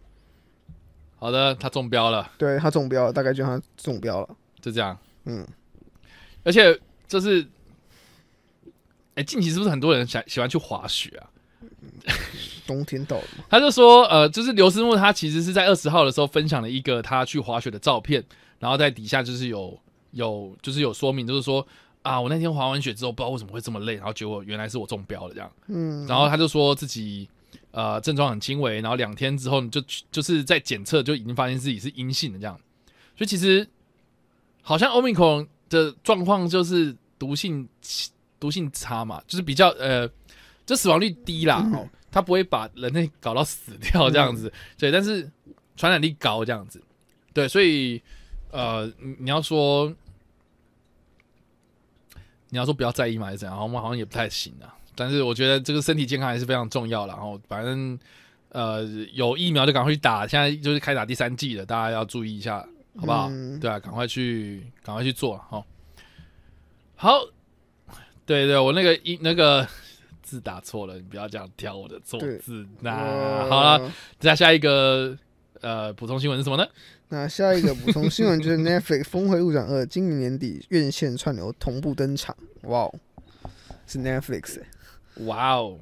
好的，他中标了，
对他中标了，大概就让他中标了。
就这样。
嗯，
而且就是，哎、近期是不是很多人想喜欢去滑雪啊？
冬天到了嘛，
他就说，呃，就是刘思慕他其实是在二十号的时候分享了一个他去滑雪的照片，然后在底下就是有有就是有说明，就是说啊，我那天滑完雪之后不知道为什么会这么累，然后结果原来是我中标了这样，
嗯，
然后他就说自己呃症状很轻微，然后两天之后你就就是在检测就已经发现自己是阴性的这样，所以其实好像 omicron 的状况就是毒性毒性差嘛，就是比较呃，就死亡率低啦，哦，它不会把人类搞到死掉这样子，对，但是传染力高这样子，对，所以呃，你你要说你要说不要在意嘛，还是怎样？我们好像也不太行啊。但是我觉得这个身体健康还是非常重要啦然后反正呃有疫苗就赶快去打，现在就是开打第三季了，大家要注意一下，好不好？
嗯
对啊，赶快去赶快去做了哈。好，对对，我那个一那个 字打错了，你不要这样挑我的错
对
字。那好了，
呃
再下一个呃补充新闻是什么呢？
那下一个补充新闻就是 Netflix《峰回路转二》今年年底院线串流同步登场，哇哦，是 Netflix 欸、
哇哦！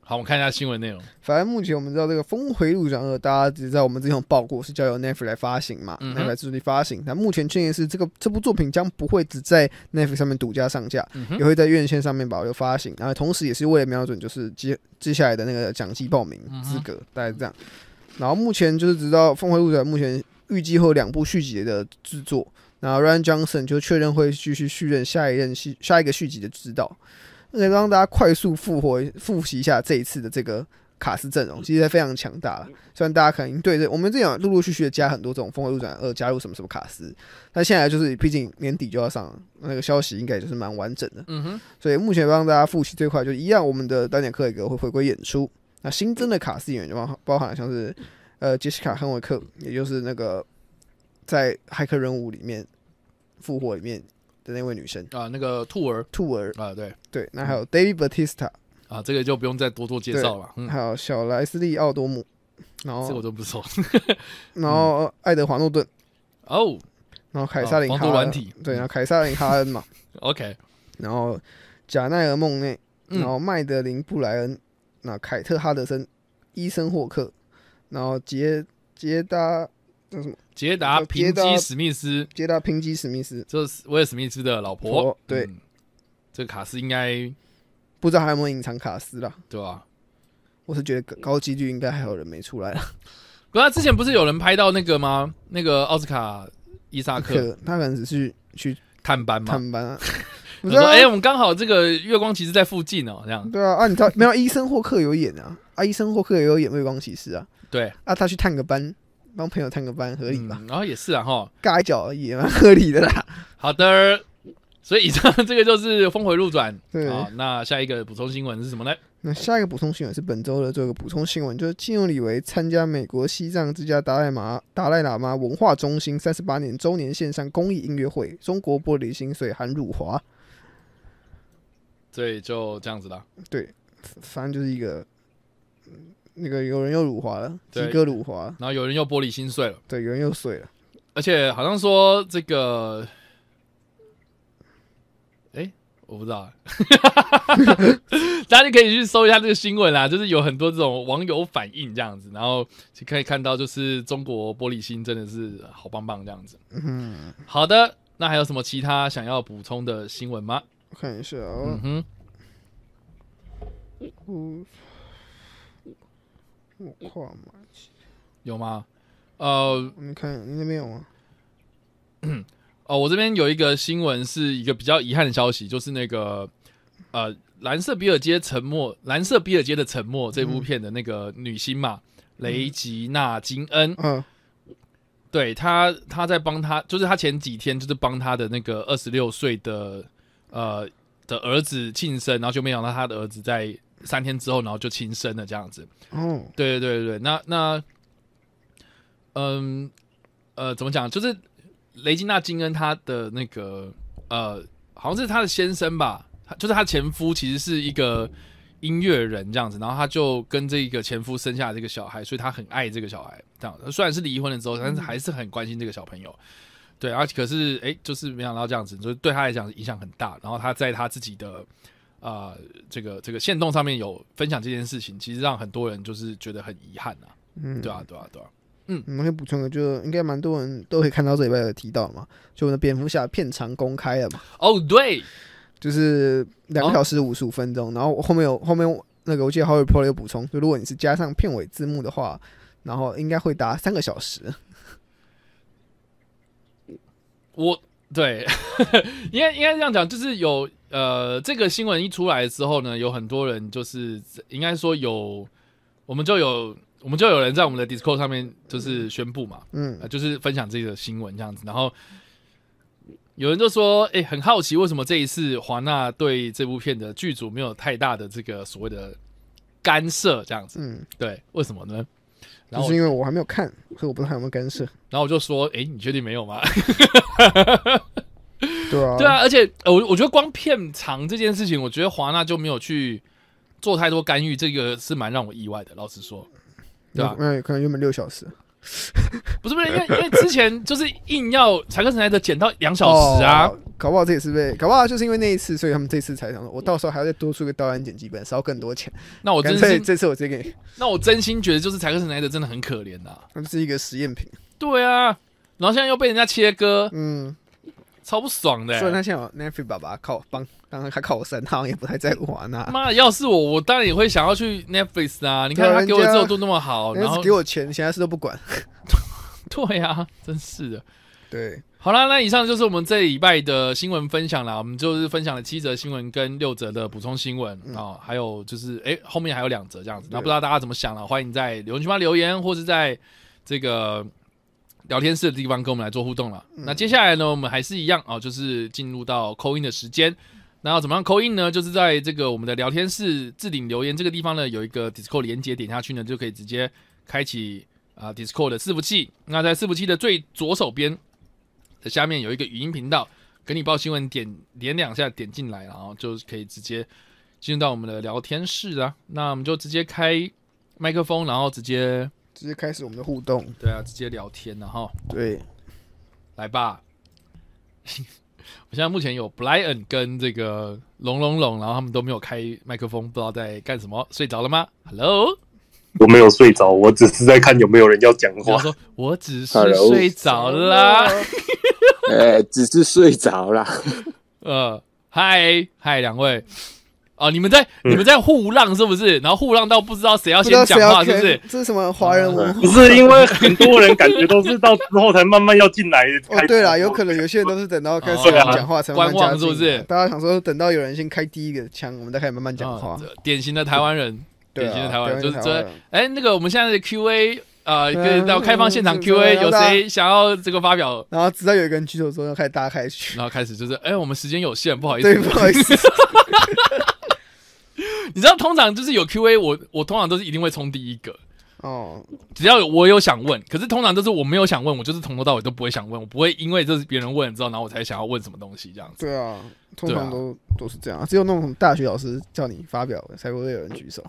好，我们看一下新闻内容。
反正目前我们知道这个《峰回路转二》，大家只知道我们之前有报过是交由 Netflix 来发行嘛、
嗯
n e t
哼
f l i x 助力发行。那目前确定是这个这部作品将不会只在 Netflix 上面独家上架，
嗯哼
也会在院线上面保留发行，然后同时也是为了瞄准就是接接下来的那个奖季报名
嗯哼
资格，大概是这样。然后目前就是直到《峰回路转》目前预计会有两部续集的制作，然后 Ryan Johnson 就确认会继续续任下一任续下一个续集的指导，那个让大家快速复活复习一下这一次的这个卡斯阵
嗯
容，其实非常强大了。虽然大家可能已经对这我们这样陆陆续续的加很多这种峰回路转二加入什么什么卡斯，但现在就是毕竟年底就要上了，那个消息应该也就是蛮完整的。
嗯哼，
所以目前帮大家复习最快就是一样，我们的丹尼尔·克雷格会回归演出。那新增的卡斯演员就包包含了像是呃杰西卡·亨维克，也就是那个在《骇客任务》里面复活里面的那位女生
啊、那个兔儿
兔儿，
啊、对啊、啊
对，那还有 David Batista，
这个就不用再多做介绍了。嗯，
还有小莱斯利·奥多姆，然
这个我
后
就不说。
然后爱德华·诺顿，
哦
然后凯撒琳·
哦
哈
防毒软
恩，
体
对，然后凯撒琳·哈恩嘛，
，OK，
然后贾奈尔·梦内，
嗯
然后麦德林·布莱恩，那凯特·哈德森，伊森·霍克，然后杰杰达
捷达
叫
平
捷达
基史密斯，
杰达平基·史密斯，
就是威尔史密斯的老婆
婆。对
嗯这个卡斯应该
不知道还有没有隐藏卡斯啦。
对吧、
我是觉得高几率应该还有人没出来啦，
不是，之前不是有人拍到那个吗？那个奥斯卡伊萨克
可 他可能只是去
探班嘛。
探 班啊。
我
不是
说，
啊
哎、，我们刚好这个月光骑士在附近哦，这样
对啊，啊，你知道没有？伊森·霍克有演啊，啊，伊森·霍克也有演《月光骑士》啊，
对，
啊，他去探个班，帮朋友探个班，合理吧？
嗯然后也是啊，哈，
尬一脚而已，蛮合理的啦。
好的，所以以上这个就是峰回路转。
对
好，那下一个补充新闻是什么呢？
那下一个补充新闻是本周的这个补充新闻，就是金永里维参加美国西藏之家达赖喇达赖喇嘛文化中心三十八年周年线上公益音乐会，中国玻璃心碎韩汝华，
所以就这样子啦。
反正就是一个嗯那个有人又辱华了，
对
鸡哥辱华，
然后有人又玻璃心碎了，
对，有人又碎了，
而且好像说这个，哎、我不知道， 大家就可以去搜一下这个新闻啦，就是有很多这种网友反应这样子，然后就可以看到，就是中国玻璃心真的是好棒棒这样子。
嗯，
好的，那还有什么其他想要补充的新闻吗？
我看一下
嗯
哦，
哼，
嗯，
嗯
我跨嘛，
有吗？呃，
你看你那边有吗？
哦，我这边有一个新闻，是一个比较遗憾的消息，就是那个呃，《蓝色比尔街沉默》《蓝色比尔街的沉默》这部片的那个女星嘛，雷吉娜·金恩，
嗯，
对她，她在帮她，就是她前几天就是帮她的那个二十六岁的呃的儿子庆生，然后就没想到她的儿子在三天之后，然后就轻生了这样子。
哦，
对对对对，那那，嗯呃呃，怎么讲？就是雷金娜金恩她的那个呃，好像是她的先生吧，她就是她前夫其实是一个音乐人这样子，然后她就跟这个前夫生下这个小孩，所以她很爱这个小孩。这样，虽然是离婚了之后，但是还是很关心这个小朋友。对，而且可是哎、就是没想到这样子，就是对她来讲影响很大。然后她在她自己的呃这个这个线动上面有分享这件事情，其实让很多人就是觉得很遗憾啊。
嗯，
对啊，对啊，对啊。
我们可以补充的，就应该蛮多人都会看到这礼拜有提到嘛，就我们的蝙蝠侠片长公开了嘛，
哦，对，
就是两
哦
个小时五十五分钟，然后后面有后面那个我记得 Howard p o l 有补充，就如果你是加上片尾字幕的话，然后应该会达三个小时。
我对， 应该应该这样讲，就是有呃，这个新闻一出来之后呢，有很多人就是应该说有，我们就有我们就有人在我们的 Discord 上面就是宣布嘛，
嗯
呃，就是分享这个新闻这样子，然后有人就说，哎、很好奇为什么这一次华纳对这部片的剧组没有太大的这个所谓的干涉这样子，
嗯，
对，为什么呢？然
就
后
是
我
因为我还没有看，所以我不知道还有没有干涉。
然后我就说，哎、你确定没有吗？
对啊，
对啊，而且呃我我觉得光片长这件事情，我觉得华纳就没有去做太多干预，这个是蛮让我意外的。老实说，对啊
那可能原本六小时，
不是不是，因为因为之前就是硬要柴克史奈德剪到两小时啊，
哦搞不好这也是被，搞不好就是因为那一次，所以他们这次才想说，我到时候还要再多出个导演剪辑本，烧更多钱。
那我
干
真
脆
是
这次我直接给你，
那我真心觉得就是柴克史奈德真的很可怜呐、
它是一个实验品。
对啊，然后现在又被人家切割，
嗯，
超不爽的、
虽然他现在有 Netflix 爸爸靠帮，当然他靠山，他好像也不太在乎啊华纳。
妈的，要是我，我当然也会想要去 Netflix 啊！你看
对啊
他给我
人家
的热度那么好，然
那
后
是给我钱，其他事都不管。
对啊，真是的。
对，
好啦，那以上就是我们这礼拜的新闻分享啦。我们就是分享了七则新闻跟六则的补充新闻啊、哦，还有就是诶，后面还有两则这样子。那
对
不知道大家怎么想了？欢迎在留言区帮留言，或是在这个聊天室的地方跟我们来做互动了。那接下来呢，我们还是一样啊、哦，就是进入到扣音的时间。那要怎么样扣印呢？就是在这个我们的聊天室置顶留言这个地方呢，有一个 Discord 连接，点下去呢就可以直接开启啊、Discord 的伺服器。那在伺服器的最左手边的下面有一个语音频道，给你报新闻点点两下点进来，然后就可以直接进入到我们的聊天室啊。那我们就直接开麦克风，然后直接
直接开始我们的互动。
对啊，直接聊天然后
对，
来吧。 我现在目前有 Brian 跟这个龙龙龙，然后他们都没有开麦克风，不知道在干什么，睡着了吗？Hello，
我没有睡着，我只是在看有没有人要讲
我
话。
说我只是
Hello
睡着啦。
呃，只是睡着啦。
呃，嗨嗨，两位，哦，你们在你们在互浪是不是？然后互浪到不知道谁要
嗯不知道
先
谁
讲
要
话是不是
看？，这是什么华人
嗯
文化？
不是因为很多人感觉都是到之后才慢慢要进来。
哦，对
啊
了，有可能有些人都是等到开始
哦对啊
讲话才慢慢
观望
加进
是不是
来大家想说，等到有人先开第一个枪，我们再开始慢慢讲话
啊。这典型的台湾人，
对
典
啊，
型的台湾人就是
台湾
这
人。
哎，那个我们现在的 Q&A 呃，
对啊
跟到开放现场
对啊
Q&A，有
对啊
谁想要这个发表？
然后直到有一个人举手之后，要开始大家开 始去。
然后开始就是，哎，我们时间有限，不好意
对，
思
不，好 意思，
你知道，通常就是有 Q&A，我我通常都是一定会冲第一个，
哦，
只要有我有想问，可是通常都是我没有想问，我就是从头到尾都不会想问，我不会因为这是别人问了之后，然后我才想要问什么东西这样子。
对啊，通
对啊
常都、都是这样，只有那种大学老师叫你发表才会有人举手。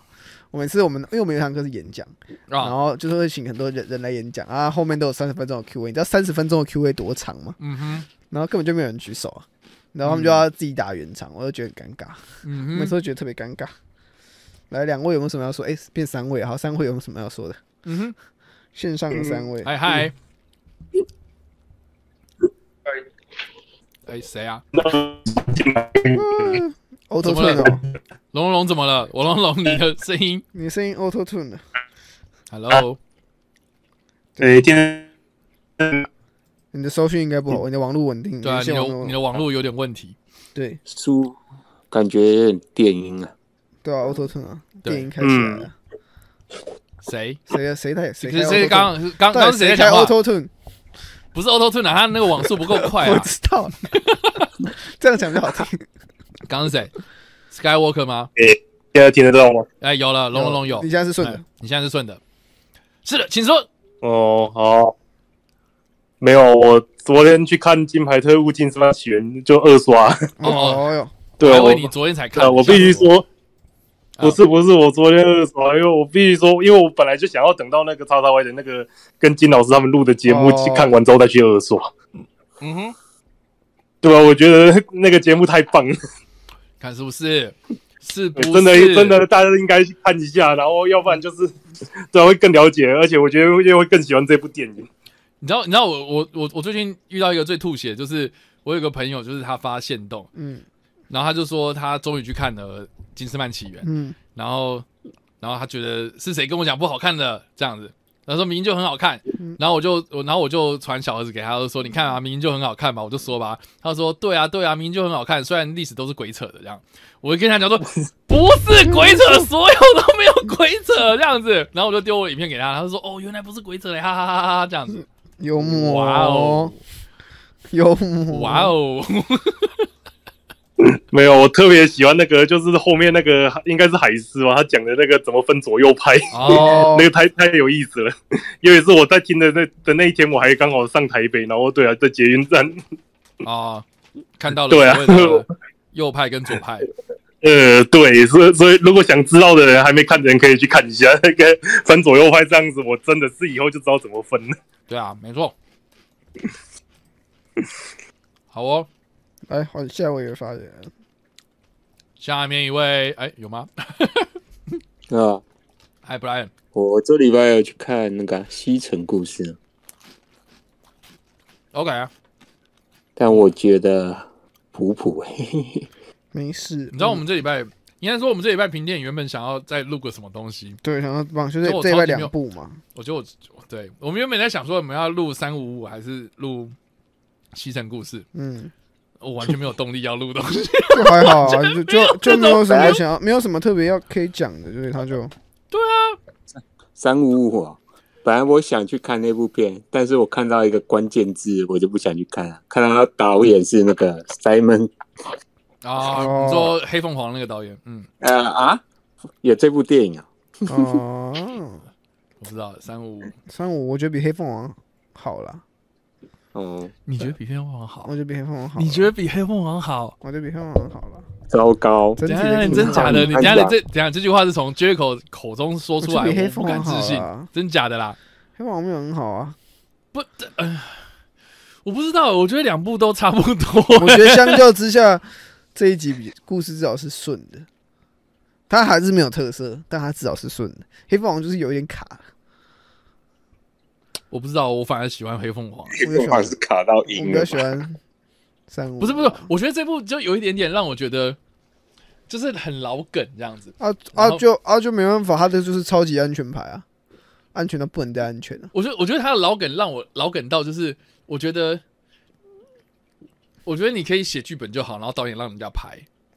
我每次我们因为我们有一堂课是演讲，然
啊，
后就是会请很多人人来演讲啊，后面都有三十分钟的 Q&A，你知道三十分钟的 Q&A 多长吗？
嗯哼，
然后根本就没有人举手啊，然后他们就要自己打圆场，我就觉得很尴尬，
嗯
每
哼
次，都觉得特别尴尬。来，两位有没有什么要说？哎、变三位，好，三位有没有什么要说的？
嗯哼，嗯
线上的三位，
嗨嗨，嗯哎，谁啊？
进来。
auto
怎么了
tune 哦，
龙龙怎么了？我龙龙，你的声音
你的声音 auto tune 了，啊
，Hello，
对，哎今天
你的收讯应该不好，你的网络稳定，
对啊，
连
你
线
的
网络
你的网络有点问题，
对
书感觉有点电音啊。
对啊，auto tune 啊，
对
电影开起来了，
谁？
谁啊谁在谁
谁
开 auto tune？
谁刚刚刚
到
刚是
底
谁在
开
讲话？
auto tune？
不是 Auto Tune，啊他那个网速不够快
我
啊。
知道， 这样讲比较好听。
刚刚是谁？Skywalker 吗？
现在听得到吗？
哎，有了，龙龙龙有
你。现在是顺
哎
的，
你现在是顺的，是的，请说。
哦，好。没有，我昨天去看《金牌特务：金丝起源》就二刷。
哦
哦哟，
对，
我以
我
为你昨天才看，
呃，我必须说，
啊
不是不是，我昨天二刷，因为我必须说，因为我本来就想要等到那个叉叉 Y 的那个跟金老师他们录的节目
哦
去看完之后再去二刷。
嗯哼，
对吧？啊我觉得那个节目太棒了，
看是不是？是不是
哎真的真的，大家应该去看一下，然后要不然就是，对啊，会更了解，而且我觉得会会更喜欢这部电影。
你知道，你知道我我我我最近遇到一个最吐血，就是我有个朋友，就是他发现动，
嗯
然后他就说他终于去看了《金丝曼起源》，
嗯，
然后然后他觉得是谁跟我讲不好看的这样子，他说明明就很好看，然后我就我然后我就传小儿子给他，就说你看啊，明明就很好看嘛，我就说吧，他说对啊对啊，明明就很好看，虽然历史都是鬼扯的这样，我就跟他讲说不是鬼扯，所有都没有鬼扯这样子，然后我就丢我影片给他，他就说哦原来不是鬼扯嘞，哈哈哈哈哈这样子，
幽默，
哇哦，
幽默，
哇哦，
没有，我特别喜欢那个，就是后面那个应该是海狮吧，他讲的那个怎么分左右拍，
哦
那个太太有意思了。 因为是我在听的那的那一天，我还刚好上台北，然后对啊，在捷运站，
哦，看到了
对啊
所谓的右派跟左派，
呃，对，所以所以如果想知道的人还没看的人，可以去看一下 那个分左右拍这样子，我真的是以后就知道怎么分了。
对啊，没错。好哦，
哎，好，下一位有发言，
下面一位，哎，有吗？
啊，
嗨，Brian，
我这礼拜有去看那个啊《西城故事》，
OK 啊，
但我觉得普普、欸嘿嘿嘿
没事，
你知道我们这礼拜，应该说我们这礼拜评电影原本想要再录个什么东西，
对，然后棒球队
这我
这一
超
拜
级没有
两部嘛，
我觉得我对我们原本在想说我们要录三五五还是录西城故事，
嗯，
我完全没有动力要录东西。
就还好 啊，就就就没有什
没
么
有
想要，没有什么特别要可以讲的，所以他就
三五五啊。本来我想去看那部片，但是我看到一个关键字，我就不想去看了。看到导演是那个 Simon，
啊，
哦
你说黑凤凰那个导演，嗯，
呃啊，有这部电影啊，
哦，
我不知道三五五，
三五我觉得比黑凤凰好啦，
哦、
你觉得比黑凤凰好
我？觉得比黑凤凰好啊啦，
你觉得比黑凤凰好？
我觉得比黑凤凰好了，
糟糕，
整体
等一下，
的
你真假的？你等一下，
看
你
吧
这等一下这句话是从 Jericho 口中说出来，
我觉得比黑啊
我不
凤
敢
凰
置信
好啦，
真假的啦？
黑凤凰没有很好啊，
不，这呃，我不知道，我觉得两部都差不
我
多。
觉得相较之下，这一集比故事至少是顺的，它还是没有特色，但它至少是顺的。黑凤凰就是有一点卡，
我不知道，我反而喜欢黑凤凰。
我就喜欢，
卡到
我比较喜欢三五，啊
不是不是，我觉得这部就有一点点让我觉得就是很老梗这样子。
啊
然
啊
后
就啊就没办法，他这就是超级安全牌啊，安全到不能再安全了、啊
我觉得我觉得他的老梗让我老梗到就是我觉得。我觉得你可以写剧本就好，然后导演让人家拍。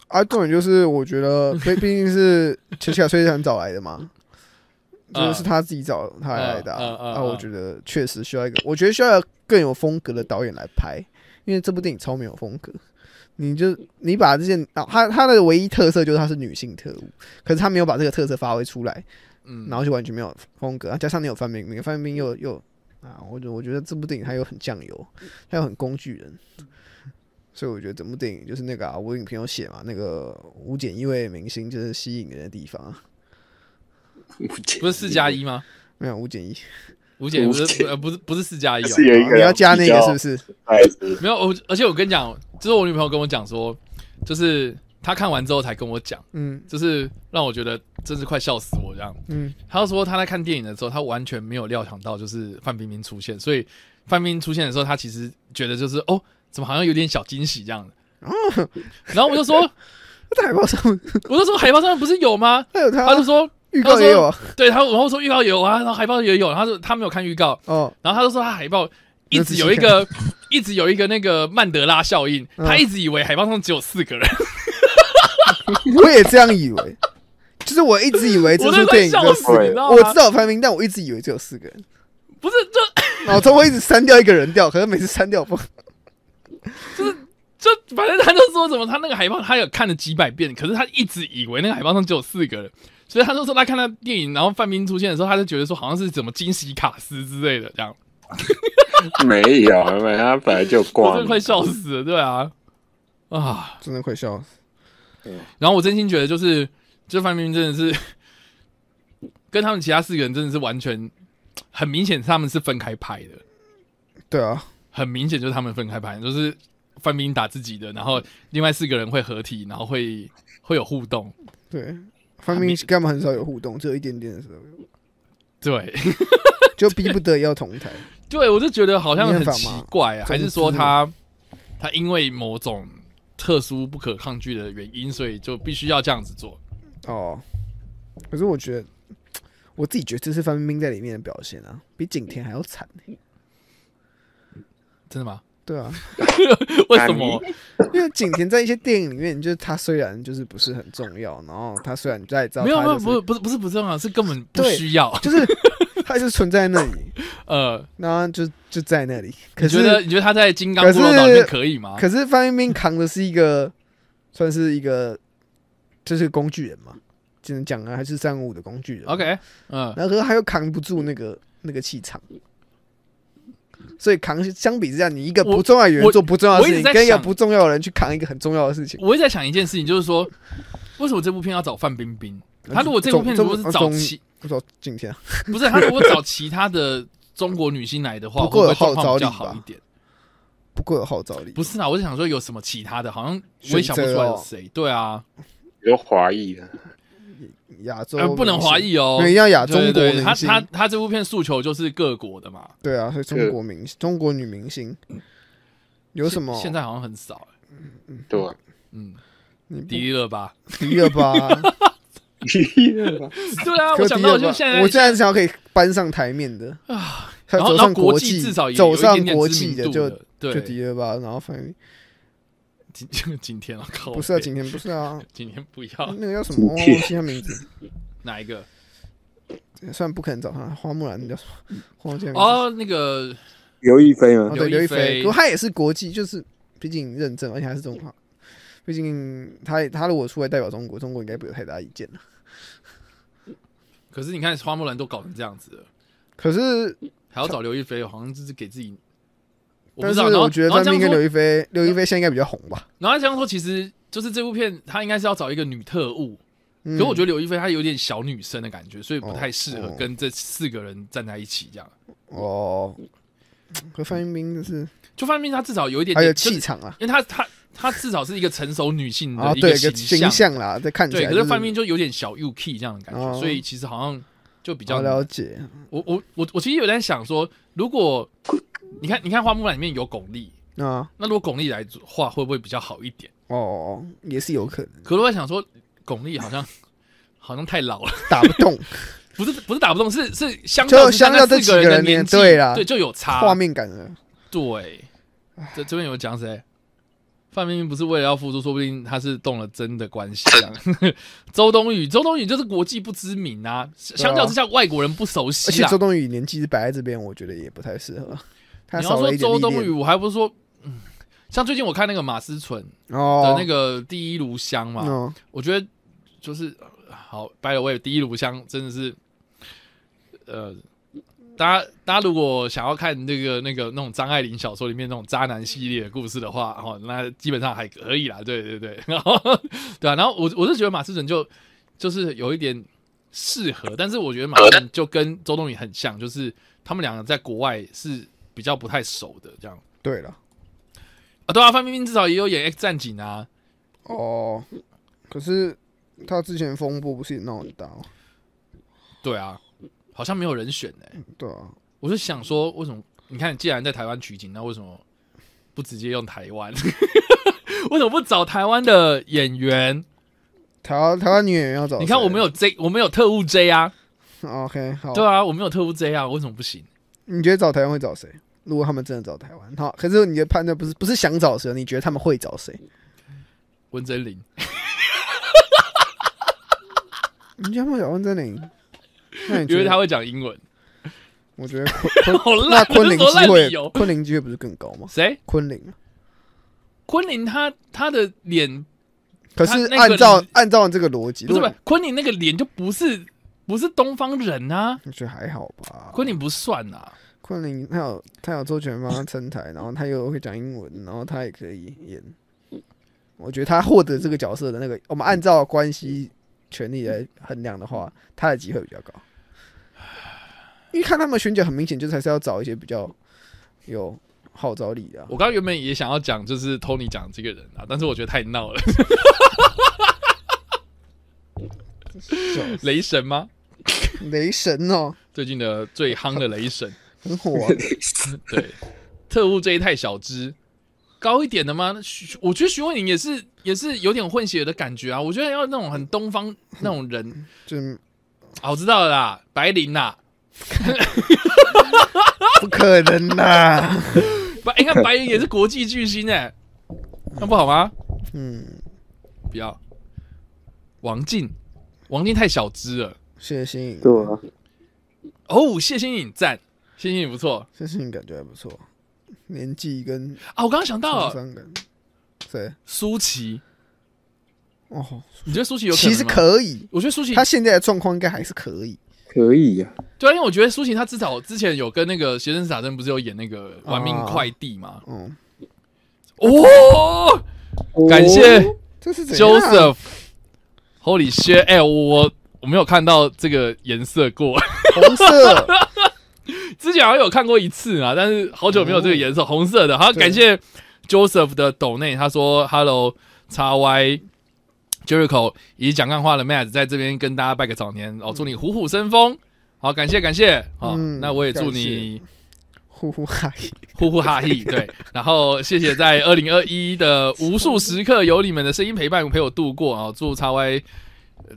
啊。重点就是我觉得，毕毕竟是 陈小崔想找来的嘛，
嗯
就是他自己找他来的
嗯嗯嗯
啊。啊，
嗯
我觉得确实需要一个，我觉得需要更有风格的导演来拍，因为这部电影超没有风格。你就你把这些啊，他他的唯一特色就是他是女性特务，可是他没有把这个特色发挥出来，
嗯，
然后就完全没有风格，啊加上你有范冰冰，范冰冰又又啊，我觉得我觉得这部电影它又很酱油，它又很工具人，所以我觉得整部电影就是那个啊，我影评有写嘛，那个吴简一位明星就是吸引人的地方啊，
不是四加一吗？
没有吴简一，
吴姐不
吴
是
姐
呃不是不是四加一哦，
是有一个
你要加那个是不是？
哎
是？
没有，我而且我跟你讲，就是我女朋友跟我讲说，就是她看完之后才跟我讲，
嗯
就是让我觉得真是快笑死我这样。
嗯，
她就说她在看电影的时候，她完全没有料想到就是范冰冰出现，所以范冰冰出现的时候，她其实觉得就是哦，怎么好像有点小惊喜这样的。然后我就说，
那在海报上
我就说海报上面不是有吗？
还有他
啊她就说，
预告也有啊，
对，她然后说预告有啊，然后海报也有，然后她说她没有看预告，
哦，
然后他就说他海报一直
没有
有一个， 一直有一个那个曼德拉效应，
嗯
他一直以为海报上只有四个人，
我也这样以为， 就是我 一直以为这
我都
部
在
电影
笑
就
死，你知道吗？
我知道有范冰冰，但我一直以为只有四个人。
不是就
脑中会一直删掉一个人掉，可是每次删掉不，
就反正他就说什么他那个海报他有看了几百遍，可是他一直以为那个海报上只有四个人，所以他就说他看到电影，然后范冰冰出现的时候，他就觉得说好像是什么惊喜卡斯之类的这样。
没有，他本来就
我
挂
真
了
的。快笑死了，对啊，啊，
真的快笑死。
然后我真心觉得就是这范冰冰真的是 跟他们其他四个人真的是完全很明显，他们是分开拍的，
对啊，
很明显就是他们分开拍，就是范冰冰打自己的，然后另外四个人会合体，然后会会有互动，
对，范冰冰跟他们很少有互动，只有一点点的时候，
对
就逼不得要同台。
对，我就觉得好像
没
很
办法
奇
嘛
怪、啊，
总之
还是说他他因为某种特殊不可抗拒的原因，所以就必须要这样子做。
哦，可是我觉得，我自己觉得这是范冰冰在里面的表现啊，比景甜还要惨、欸。
真的吗？
对啊，
为什么？
因为景甜在一些电影里面，就是她虽然就是不是很重要，然后她虽然在知道
没有没有，
她
不是不
就是
是不是不是啊，是根本不
对
需 要。
就是她就是存在那里，
呃，
然后就就在那里。可
你觉得
是
你觉得他在《金刚
可
骷髅岛》里面
是
可以吗？
可是范冰冰扛的是一个，算是一个，就是工具人嘛，只能讲啊，还是三五五的工具人。
OK，嗯，
然后可是他又扛不住那个那个气场，所以扛相比之下，你一个
我
不重要的人
我
做不重要的
我一
事
直
情，
在
跟一个
想
不重要的人去扛一个很重要的事情，
我一直在想一件事情，就是说，为什么这部片要找范冰冰？他如果这部片如
中
果是
中
找其
我说今天啊
不是他如果找其他的中国女星来的话，会
不
不
够有
会状况
号
比
召
较
力吧
好一点？
不够有号召力，
不是啊，我就想说有什么其他的，好像我也想不出来有
哦
谁。对啊，
有华裔的，
亚洲
呃，不能华
裔，
裔哦
没。有要亚中
对
国
对，他
明星，
他他这部片诉求就是各国的嘛，
对啊，所以中国明星中国女明星有什么？
现在好像很少，欸
对
啊
吧？
嗯，
你不
迪丽热巴。
迪热巴，
对啊，我
科迪
想
热
到
巴
就现在，
我现在想要可以搬上台面的啊， 他
然后
走
然后
上
国
际
至少也有
走
一
上
点点
国
知
际
名
的
度
就就
对
迪热巴，然后范冰冰
今今天啊，靠北，
不是啊，景甜不是啊，
今天不要
那个叫什么？我忘记他名字，
哪一个？
虽然不可能找他，花木兰叫什么？花木兰名字
哦，那个
刘亦菲
哦
吗？
刘
对，刘
亦
亦
菲
菲，可他也是国际，就是毕竟认证，而且还是中华，毕竟他他如果出来代表中国，中国应该不会有太大意见了。
可是你看花木兰都搞成这样子了，
可是，
还要找刘亦菲，好像就是给自己。我不
但
知
是
道，然后
我觉得
然后
范
这
冰
样说嗯
冰跟刘，亦菲，刘亦菲现在应该比较红吧？
然后这样说，其实就是这部片，它应该是要找一个女特务。
嗯
可我觉得刘亦菲她有点小女生的感觉，所以不
哦
太适合
哦
跟这四个人站在一起这样。
哦，可范冰冰就是
就范冰冰她至少有一点
还有
点嗯就
气
是
场啊，
因为她她她至少是一个成熟女性
啊，
的一
对，
个
一个
形
形
象，
象啦，这看起
对。
来
可
就是
范冰冰就有点小 UK 这样的感觉，
哦
所以其实好像就比较
我了解，
我我我我其实有在想说，如果你看你看花木兰里面有巩俐，
啊，
那如果巩俐来画会不会比较好一点？
哦，也是有可能
可是我在想说，巩俐好像 好像太老了，
打不 动，
不是不是打不动，是是相较
就
之下
相较
那
这
四
几
个
个
人的
人
年
年
纪，
对啦
对就有差啊
画面感了。
对。这这边有讲谁？范冰冰不是为了要付出，说不定她是动了真的关 系。这样 周冬雨，周冬雨就是国际不知名啊，相较之下外国人不熟
而
悉啊
且
啦
周。冬雨年纪是摆在这边，我觉得也不太 适合。他
你要
少了
说
一点
周
历
冬雨，
练。
我还不是说，嗯，像最近我看那个马思纯，
哦
的，那个第一炉香嘛，
嗯，
我觉得就是呃好，by the way，第一炉香真的是，呃，大家大家如果想要看那个那个那种张爱玲小说里面那种渣男系列的故事的话，哦，那基本上还可以啦，对对对，然后对啊，然后我我是觉得马思纯就就是有一点适合，但是我觉得马思纯就跟周冬雨很像，就是他们两个在国外是比较不太熟的这样
对了，
啊，对啊，范冰冰至少也有演《X 战警》啊，
哦，可是他之前风波不是也闹很大吗？哦
对啊，好像没有人选哎、
对啊，
我就想说，为什么？你看，既然在台湾取景，那为什么不直接用台湾？ 为什么不找台湾的演员？
台湾台湾女演员要找
你看，我们有 J，我们有特务 J 啊，
有 OK 好，
对啊，我们有特务 J 啊，为什么不行？
你觉得找台湾会找谁？如果他们真的找台湾，好，可是你的判断不是不是想找谁，你觉得他们会找谁？
温真菱，
你觉得他们找温 真菱？那你
因
觉
为
得
他？会讲英文。
我觉得昆
好
昆
烂
那昆凌
这是多
机
烂
会
理由，
昆凌机会不是更高吗？
谁？
昆凌，
昆凌他他的脸
可是
那个
按照按照这个逻辑，
不是
如
不
果
是昆凌那个脸就不是不是东方人啊，
我觉得还好吧。
昆凌不算啊。
昆凌他有他有周杰伦帮他撑台，然后他又会讲英文，然后他也可以演。我觉得他获得这个角色的那个，我们按照关系权利来衡量的话，他的机会比较高。因为看他们选角，很明显就是还是要找一些比较有号召力的啊、
我刚刚原本也想要讲，就是 Tony 讲这个人啊，但是我觉得太闹了。 雷神吗？
雷神哦，
最近的最夯的雷神，
很 火、啊。
对，特务这一太小只，高一点的吗？那徐我觉得徐慧宁也是也是有点混血的感觉啊。我觉得要那种很东方那种人
就是
啊，我知道了啦，白灵啊啦，
不可能啦。
白你看白灵也是国际巨星哎、那不好吗？
嗯，
不要，王静，王静太小只了。
谢欣颖，
对啊，
哦，谢欣颖赞，谢欣颖不错
谢欣颖感觉还不错，年纪跟
啊。我刚刚想到
沧
了
桑感。谁？
舒淇，
哦，
你觉得舒淇有可能
其
吗？
实可以，
我觉得舒淇
他现在的状况应该还是可以。
可以呀、
对啊，因为我觉得舒淇她至少之前有跟那个《学生打针》不是有演那个《玩命
啊
快递》吗？
嗯，
哦，感谢
哦
这是怎样啊
Joseph。Holy shit！哎、我我没有看到这个颜色过，
红色，
之前好像有看过一次啊，但是好久没有这个颜色，红色的。好，
对
感谢 Joseph 的抖内，他说 “Hello XY Jericho” 以及讲干话的 Matt 在这边跟大家拜个早年哦，祝你虎虎生风。好，感谢感谢，好，
嗯
那我也祝
感谢
你
呼呼嗨，
呼呼哈 嘿，对，然后谢谢在二零二一的无数时刻有你们的声音陪伴陪我度过啊！祝叉 Y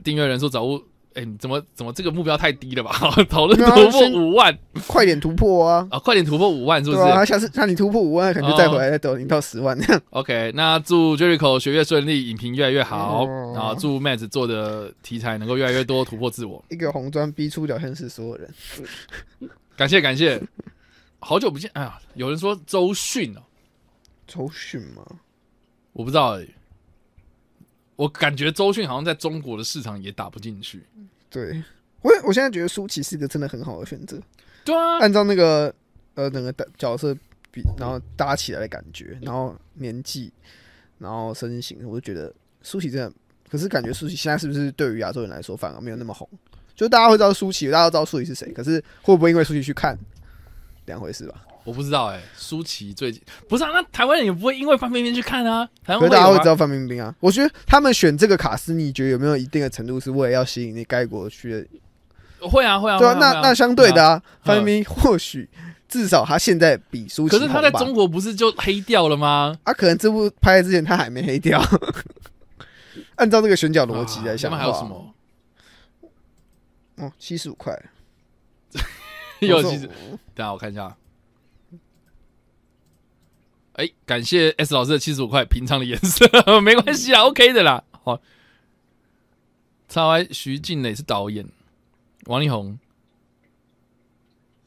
订阅人数早日，哎，你怎么怎么这个目标太低了吧？ 讨论突破五万
快点突破啊！
啊，快点突破五万是不嗯
对
是、
啊，他下次让你突破五万，可能就再回来再抖你到十万这 样。
o k 那祝 Jericho 学业顺利，影评越来越好，
嗯
然后祝 Matt 做的题材能够越来越多，突破自我。
一个红砖逼出聊天室所有人，
感谢感 谢，好久不见，哎呀，有人说周迅哦，
周迅吗？
我不知道、哎，我感觉周迅好像在中国的市场也打不进去。
对，我我现在觉得舒淇是一个真的很好的选择，
对 啊，
按照那个呃整个的角色比，然后搭起来的感
嗯
觉，然后年纪，然后身形，我就觉得舒淇真的。可是感觉舒淇现在是不是对于亚洲人来说反而没有那么红？就大家会知道舒淇，大家都知道舒淇是
嗯
谁，可是会不会因为舒淇去看，两回事吧？
我不知道哎、舒淇最近不是啊，那台湾人也不会因为范冰冰去看啊，台湾
可
会
是大家
有
会
吗
知道范冰冰啊。我觉得他们选这个卡司，你觉得有没有一定的程度是为了要吸引你该国去的？
会啊会啊，
对啊，
会
那
会
那相对的啊，
对啊
范冰冰或许至少她现在比舒淇
啊可是他在
红吧
中国不是就黑掉了吗？
啊，可能这部拍之前她还没黑掉。 按照这个选角逻辑
啊
来想
他
的
们还
话，
有什么？
哦，七十五块，
有
我说
其实，等一下我看一下。哎、感谢 S 老师的七十五块，平常的颜色 没关系啊，OK 的啦。好，叉 Y 徐静蕾是导演，王力宏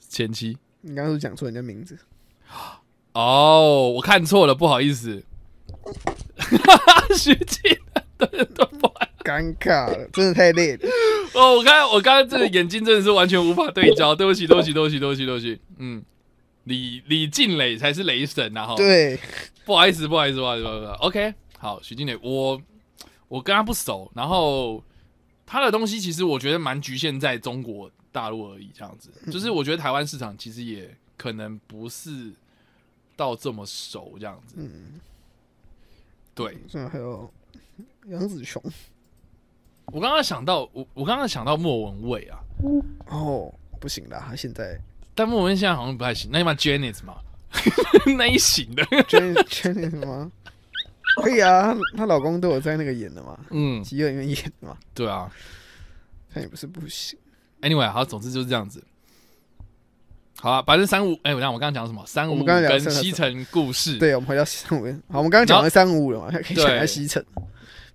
前妻。
你刚刚是讲错人家名字，
哦，我看错了，不好意思。 徐静，
尴尬了，真的太累了。
哦，我刚我刚刚这个眼睛真的是完全无法对 焦，对不起，对不起，对不起，对不起，对不起。嗯，李李静蕾才是雷神啊！哈，
对，
不好意思，不好意思，不好意思，不好意思。OK，好，徐静蕾，我我跟他不熟，然后他的东西其实我觉得蛮局限在中国大陆而已，这样子。
嗯
就是我觉得台湾市场其实也可能不是到这么熟这样子。
嗯，
对，
算了，还有杨紫琼
我刚刚想到，我我刚刚想到莫文蔚啊，
哦，不行啦，她现在
但莫文蔚现在好像不太行。那你把 Janet 嘛，那一型的，
Jenny Jenny 什么？可以啊，她她老公都有在那个演的嘛，
嗯
《饥饿》里面演的嘛，
对啊。
他也不是不行。
Anyway，好，总之就是这样子。好啊，反正三五，哎，我让我刚刚讲什么？三
我
五
们刚刚讲
跟
三
西城故事，
对，我们回到三五，好，我们刚刚讲了三五了嘛，可以讲一下西城。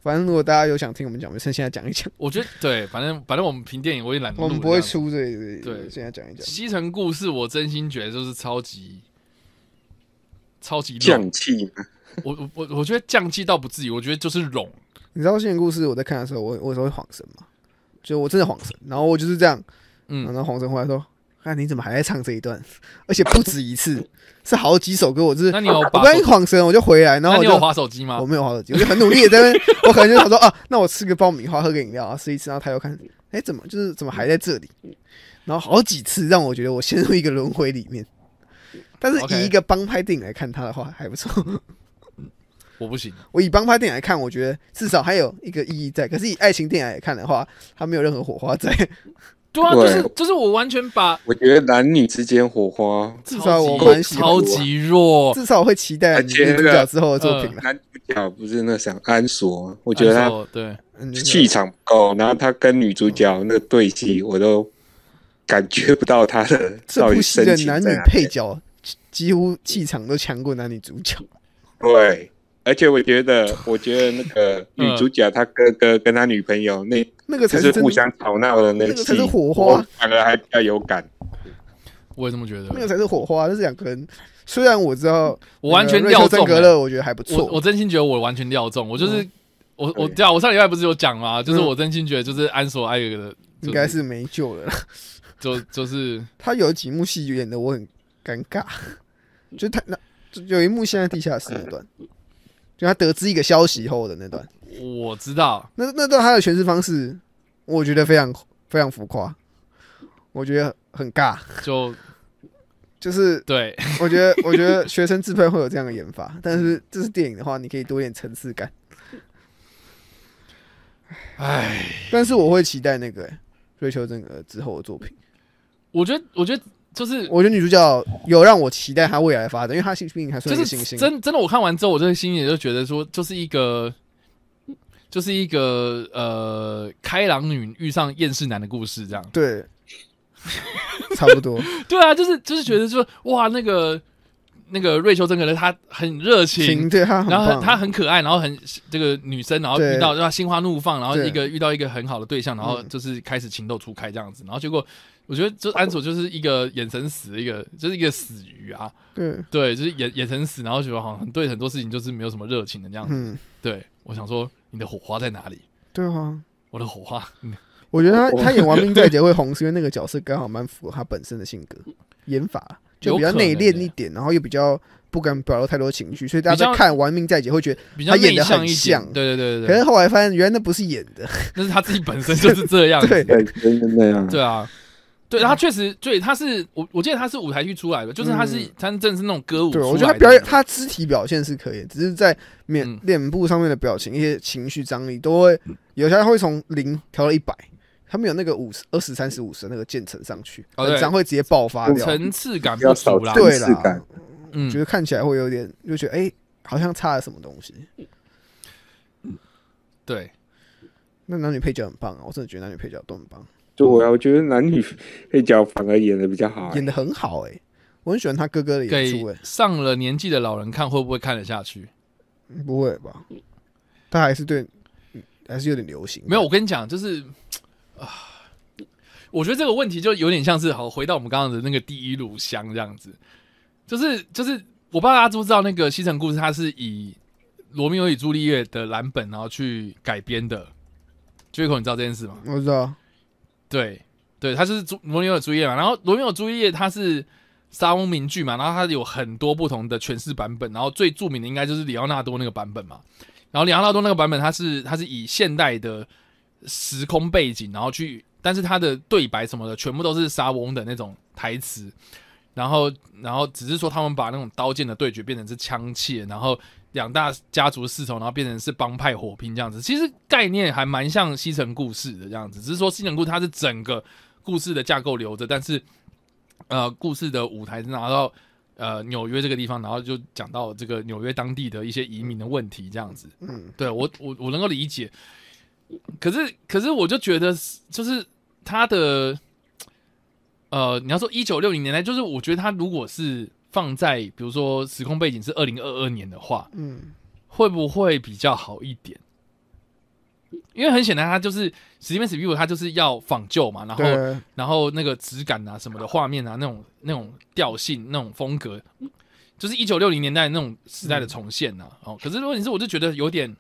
反正如果大家有想听我们讲，我们趁现在讲一讲，
我觉得对，反正反正我们评电影我也懒嗯得录
我
这样子。
们不会出这个，
对
现在讲一讲。
西城故事，我真心觉得就是超级超级冗。
降气嘛，
我我我我觉得降气倒不至于，我觉得就是冗。
你知道现在故事我在看的时候，我我有时候会晃神嘛，就我真的晃神，然后我就是这样，
嗯
然后晃神回来说，看你怎么还在唱这一段，而且不止一次， 是好几首歌。我就是
那你有
我
把
刚一
手
晃神，我就回来，然
那
后我
你
就
有划手机吗
我？没有滑手机，我就很努力的在那边，我可能就想说啊，那我吃个爆米花，喝个饮料啊，吃一吃，然后抬头看，哎、怎么就是怎么还在这里？然后好几次让我觉得我陷入一个轮回里面。但是
OK
以一个帮拍电影来看它的话，还不错。
我不行，
我以帮拍电影来看，我觉得至少还有一个意义在。可是以爱情电影来看的话，它没有任何火花在。
对啊，就是
对
就是我完全把
我觉得男女之间火花，
至少我啊
超级
蛮喜欢
超级弱，
至少我会期待
而
女
且
主
哦那
角
个
之后的作品了。
男主角不是那想安索，我觉得
按
他
手对
嗯就是
气场不够，然后他跟女主角那个对戏，我都感觉不到他的
这
到
部
底
戏
深
的
情在
男女
哪
配
里。
角几几乎气场都强过男女主角。
对，而且我觉得，我觉得那个女主角她哥哥跟她女朋友那
那嗯个才
就是
真
互相吵闹的
那
那个
个
戏，
才是火花
我反而还比较有感。
我也这么觉
那个
得。
才是火花。就是两个人，虽然我知道
我完全
那个瑞
料
秋真
中
格
了
勒，我觉得还不
我
错。
我真心觉得我完全料中，我就是、我我
对
对啊，我上礼拜不是有讲嘛，就是
嗯
我真心觉得就是安索艾格的，就
应该是没救 了啦。
就就是
他有几幕戏演的我很尴尬，就他那就有一幕现在地下室那段，就他得知一个消息后的那段，
我知道，
那那段他的诠释方式，我觉得非常非常浮夸，我觉得很尬。
就
就是
对，
我觉得，我觉得学生自拍会有这样的演法，但是这是电影的话，你可以多一点层次感。
唉，
但是我会期待那个、欸瑞秋真格之后的作品。
我觉得我觉得就是
我觉得女主角有让我期待她未来的发展，因为她毕竟还
就
算是新
是
星。
真真的，我看完之后，我这心里就觉得说，就是一个就是一个呃开朗女遇上厌世男的故事这样。
对， 差不 多。
对啊，就是就是觉得说哇，那个那个瑞秋真格勒她很热
行，
情，
对她很
然后
棒，
很她很可爱，然后很这个女生，然后
对
遇到让她心花怒放，然后
对嗯
一个遇到一个很好的对象，然后就是开始情窦初开这样子，然后结果我觉得就安佐就是一个眼神死，一个就是一个死鱼啊，
对，
对，就是眼眼神死，然后觉得好像对很多事情就是没有什么热情的这样子。
嗯，
对我想说你的火花在哪里？
对啊。
我的火花，嗯
我觉得她她演完《命在劫》会红，是因为那个角色刚好蛮符合她本身的性格、演法，就比较
有可能
内敛
欸
一点，然后又比较不敢表露太多情绪，所以大
比
家
较
在看完《命在劫》会觉得，
比较
他演
内
得
向
很
一点
像。
对对对
可
对
是后来发现原来那不是演 的，
对，那是他自己本身就是这样子。
对
对，真的那
嗯
样。
对啊，对，他确实，对，他是我我记得他是舞台剧出来的，就是他是、
嗯
他真的是那种歌舞出
对，
来的。
我觉得他表演，他肢体表现是可以的，只是在面
嗯
脸部上面的表情、一些情绪张力，都会有些会从零调到一百，他们有那个五十、二十、三十、五十那个渐层上去，
哦
很
对
常会直接爆发掉。
层次感
比较
不
少
足啦。
对
层次感
啦，
嗯
觉，得看起来会有点，就觉得哎、好像差了什么东西。
对，
那男女配角很棒啊，我真的觉得男女配角都很棒，
对啊，我觉得男女配角反而演的比较好、
欸
演的很好哎、我很喜欢他哥哥的演
给
出哎、
上了年纪的老人看会不会看得下去？
欸不会吧？他还是对，嗯还是有点流行。
没有，我跟你讲，就是啊。我觉得这个问题就有点像是好回到我们刚刚的那个第一炉香这样子，就是就是我不知道大家知不知道那个《西城故事》，它是以《罗密欧与朱丽叶》的蓝本然后去改编的。杰克，你知道这件事吗？
我知道，
对对，他就是朱罗密欧与朱丽叶嘛。啊然后罗密欧与朱丽叶它是莎翁名剧嘛，然后它有很多不同的诠释版本，然后最著名的应该就是里奥纳多那个版本嘛。然后里奥纳多那个版本，它是它是以现代的时空背景，然后去，但是它的对白什么的全部都是莎翁的那种台词。然后，然后只是说他们把那种刀剑的对决变成是枪械，然后两大家族世仇，然后变成是帮派火拼这样子。其实概念还蛮像《西城故事》的这样子，只是说《西城故事》它是整个故事的架构留着，但是呃，故事的舞台是拿到呃纽约这个地方，然后就讲到这个纽约当地的一些移民的问题这样子。
嗯，
对我我我能够理解，可是可是我就觉得是就是他的呃，你要说一九六零年代，就是我觉得他如果是放在比如说时空背景是二零二二年的话，
嗯，
会不会比较好一点？因为很显然，他就是《史蒂芬史蒂夫》，他就是要仿旧嘛，然后
对。
然后那个质感啊什么的，画面啊那种那种调性、那种风格，就是一九六零年代那种时代的重现呐、啊。哦，可是如果你是，我就觉得有点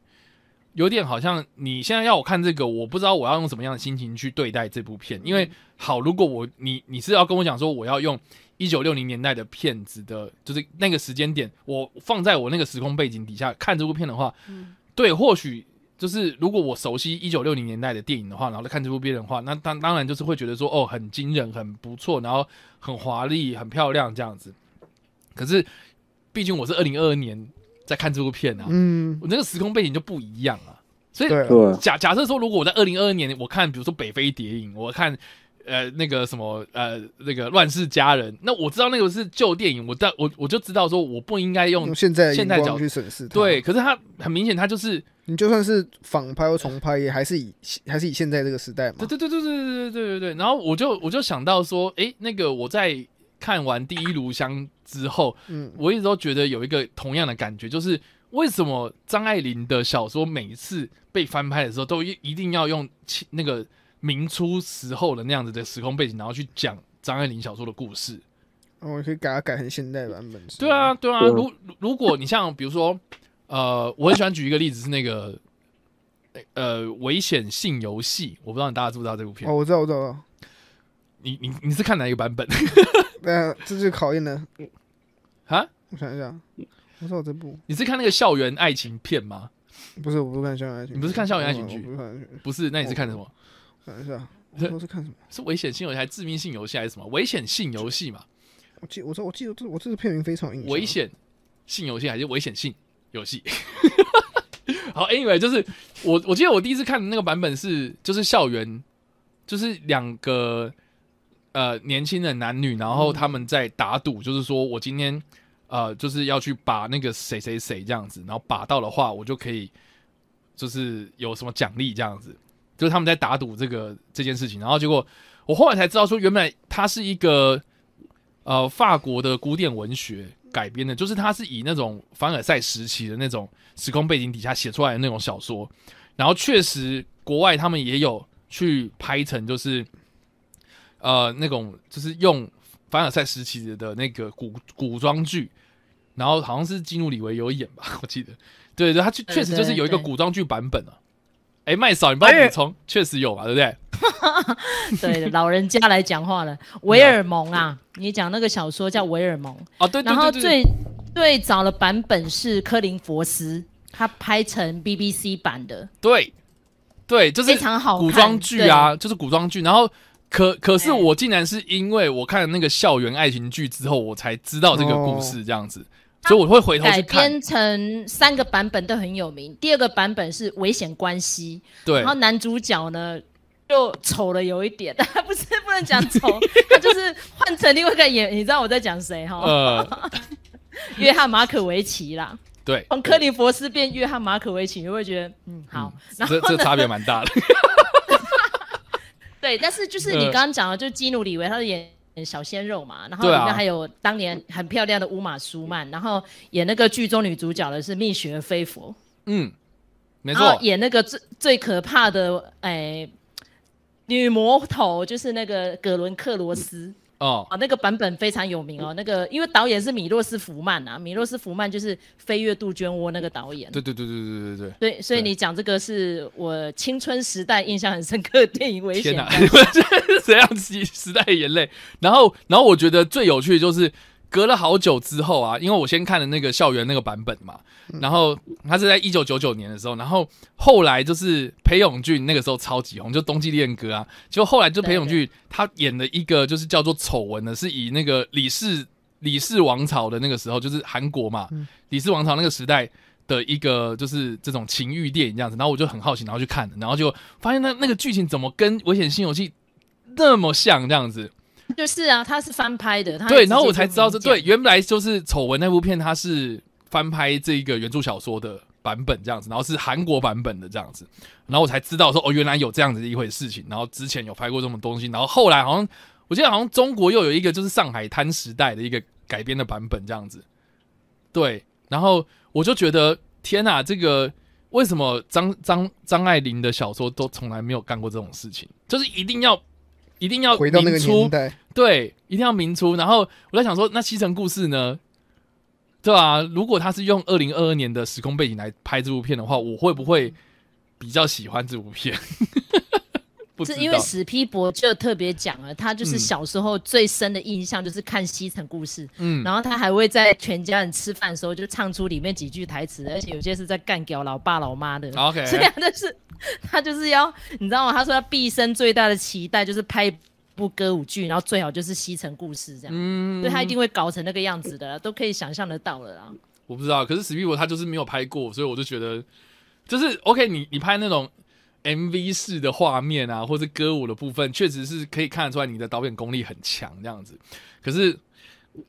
有点好像你现在要我看这个，我不知道我要用什么样的心情去对待这部片。因为好，如果我你你是要跟我讲说我要用一九六零年代的片子的，就是那个时间点，我放在我那个时空背景底下看这部片的话，对，或许就是如果我熟悉一九六零年代的电影的话，然后再看这部片的话，那当当然就是会觉得说哦，很惊人，很不错，然后很华丽，很漂亮这样子。可是毕竟我是二零二二年在看这部片啊，
嗯，
我那个时空背景就不一样了。所以
对啊，
对啊，
假假设说，如果我在二零二二年，我看比如说《北非谍影》，我看呃那个什么呃那个《乱世佳人》，那我知道那个是旧电影，我但我我就知道说我不应该用
用现在的
现
眼
在角
光去审视它。
对，可是它很明显，它就是
你就算是仿拍或重拍，也还是以还是以现在这个时代嘛
对。对对对对对对对对对。然后我就我就想到说，诶，那个我在看完《第一炉香》之后，
嗯，
我一直都觉得有一个同样的感觉，就是为什么张爱玲的小说每一次被翻拍的时候，都一一定要用清那个明初时候的那样子的时空背景，然后去讲张爱玲小说的故事。
我可以给它改成现代版本。是
对啊，
吗，
对啊。
对啊
如如如果你像比如说，呃，我很喜欢举一个例子是那个，呃，危险性游戏，我不知道你大家知不知道这部片
哦，，我知道，我知道我知道。
你你你是看哪一个版本
那啊这就考验了，
啊？
我想一下，我知道这部
你是看那个校园爱情片吗？
不是，我不是看校园爱情剧，
你不是看校园爱情剧
我不是看校园爱情剧，
不是，那你是看什么？
想一下，
这
我我是看什么？
是危险性游戏还是致命性游戏还是什么？危险性游戏嘛？
我记，我知道，我记得这我这个片名非常有印象。
危险性游戏还是危险性游戏？ 好，Anyway，就是我我记得我第一次看的那个版本是就是校园，就是两个呃年轻的男女，然后他们在打赌，就是说我今天呃就是要去把那个谁谁谁这样子，然后把到的话，我就可以就是有什么奖励这样子，就是他们在打赌这个这件事情，然后结果我后来才知道说，原本它是一个呃法国的古典文学改编的，就是它是以那种凡尔赛时期的那种时空背景底下写出来的那种小说，然后确实国外他们也有去拍成，就是呃那种就是用凡尔赛时期的那个古古装剧。然后好像是基努里维有演吧，我记得，对对，他确确实就是有一个
对对
古装剧版本啊。哎，麦嫂，你帮我补充，确实有嘛，对不对？
对，老人家来讲话 了。维尔蒙啊，你讲那个小说叫《维尔蒙》，
哦，对对对对
然后
对
最最早的版本是科林佛斯，他拍成 BBC 版的，
对，对，就是
非常好看哎
古装剧啊，就是古装剧。然后可可是
对
我竟然是因为我看了那个校园爱情剧之后，我才知道这个故事这样子，所以我会回头
哦改
去看。
编成三个版本都很有名。第二个版本是《危险关系》，
对
然后男主角呢就丑了有一点， 不是不能讲 丑，他就是换成另外一个演，你知道我在讲谁哈？
呃，
约翰马可维奇啦，
对，
从科林佛斯变约翰马可维奇，你会觉得嗯好，然后
这这差别蛮大的。
对，但是就是
呃
你刚刚讲的，就是基努里维他是演。小鲜肉嘛，然后
对
里
啊
面还有当年很漂亮的乌玛舒曼，然后演那个剧中女主角的是蜜雪儿菲佛，
嗯，没
然后
错，
演那个最最可怕的哎、女魔头，就是那个葛伦克罗斯
哦，
啊，那个版本非常有名哦。那个因为导演是米洛斯福曼啊，米洛斯福曼就是《飞越杜鹃窝》那个导演。
对对对对对对对
对，所以
对
你讲这个是我青春时代印象很深刻的电影《危
对，
险
天哪，
关
你们这是怎样时时代的眼泪？然后，然后我觉得最有趣的就是。隔了好久之后啊，因为我先看了那个校园那个版本嘛，然后他是在一九九九年的时候，然后后来就是裴勇俊那个时候超级红，就《冬季恋歌》啊，就后来就裴勇俊他演了一个就是叫做《丑闻》的，是以那个李氏李氏王朝的那个时候，就是韩国嘛，李氏王朝那个时代。的一个就是这种情欲电影这样子，然后我就很好奇，然后去看了，然后就发现那那个剧情怎么跟《危险新游戏》那么像这样子，
就是啊，他是翻拍的，他
对，
直
然后
接
我才
就
知道
明
这
讲
对原来就是《丑闻》那部片，它是翻拍这一个原著小说的版本这样子，然后是韩国版本的这样子，然后我才知道说哦，原来有这样子的一回事情，然后之前有拍过这种东西，然后后来好像我记得好像中国又有一个就是上海滩时代的一个改编的版本这样子，对，然后我就觉得天哪，这个。为什么张张张爱玲的小说都从来没有干过这种事情？就是一定要一定要
回到那个
明出
年代，
对，一定要明出。然后我在想说，那西城故事呢？对啊，如果他是用二零二二年的时空背景来拍这部片的话，我会不会比较喜欢这部片？ 不知
是
道
因为史皮博就特别讲了，他就是
嗯
小时候最深的印象就是看《西城故事》
嗯，
然后他还会在全家人吃饭的时候就唱出里面几句台词，而且有些是在干掉老爸老妈的。
OK
所以他就是他就是要你知道吗？他说他毕生最大的期待就是拍一部歌舞剧，然后最好就是《西城故事》这样，
嗯
所以他一定会搞成那个样子的啦，都可以想象得到了啦。
我不知道，可是史蒂博他就是没有拍过，所以我就觉得，就是 OK，你你拍那种 MV 式的画面啊，或者歌舞的部分，确实是可以看得出来你的导演功力很强这样子。可是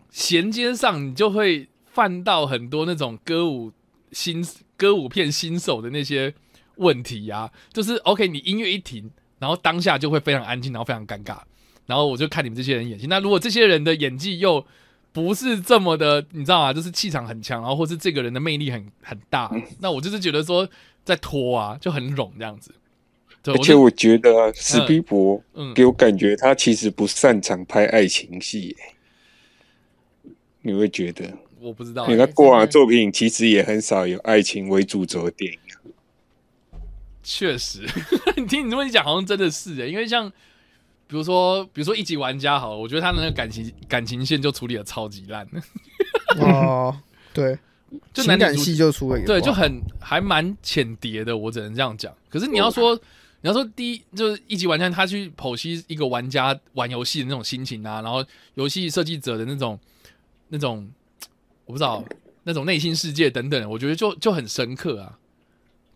衔接上，你就会犯到很多那种歌舞新歌舞片新手的那些问题啊，就是 OK，你音乐一停，然后当下就会非常安静，然后非常尴尬。然后我就看你们这些人演戏。那如果这些人的演技又不是这么的，你知道吗？就是气场很强，然后或是这个人的魅力很很大，
嗯
那我就是觉得说在拖啊，就很冗这样子。对，
而
我
且
就
我觉得啊，史皮博
嗯
给我感觉他其实不擅长拍爱情戏耶，你会觉得，
我不知道
因为
个
他过往的
真的
作品其实也很少有爱情为主轴的电影。
确实， 你听你这么一讲，好像真的是诶，因为像比如说，比如说一级玩家好了，我觉得他的那个感情感情线就处理的超级烂，
哦，对，
就
情
男
感
女主
戏就出了一个
对，就
哇
很还蛮浅碟的，我只能这样讲。可是你要说，你要说第一就是一级玩家他去剖析一个玩家玩游戏的那种心情啊，然后游戏设计者的那种那种我不知道那种内心世界等等，我觉得就就很深刻啊。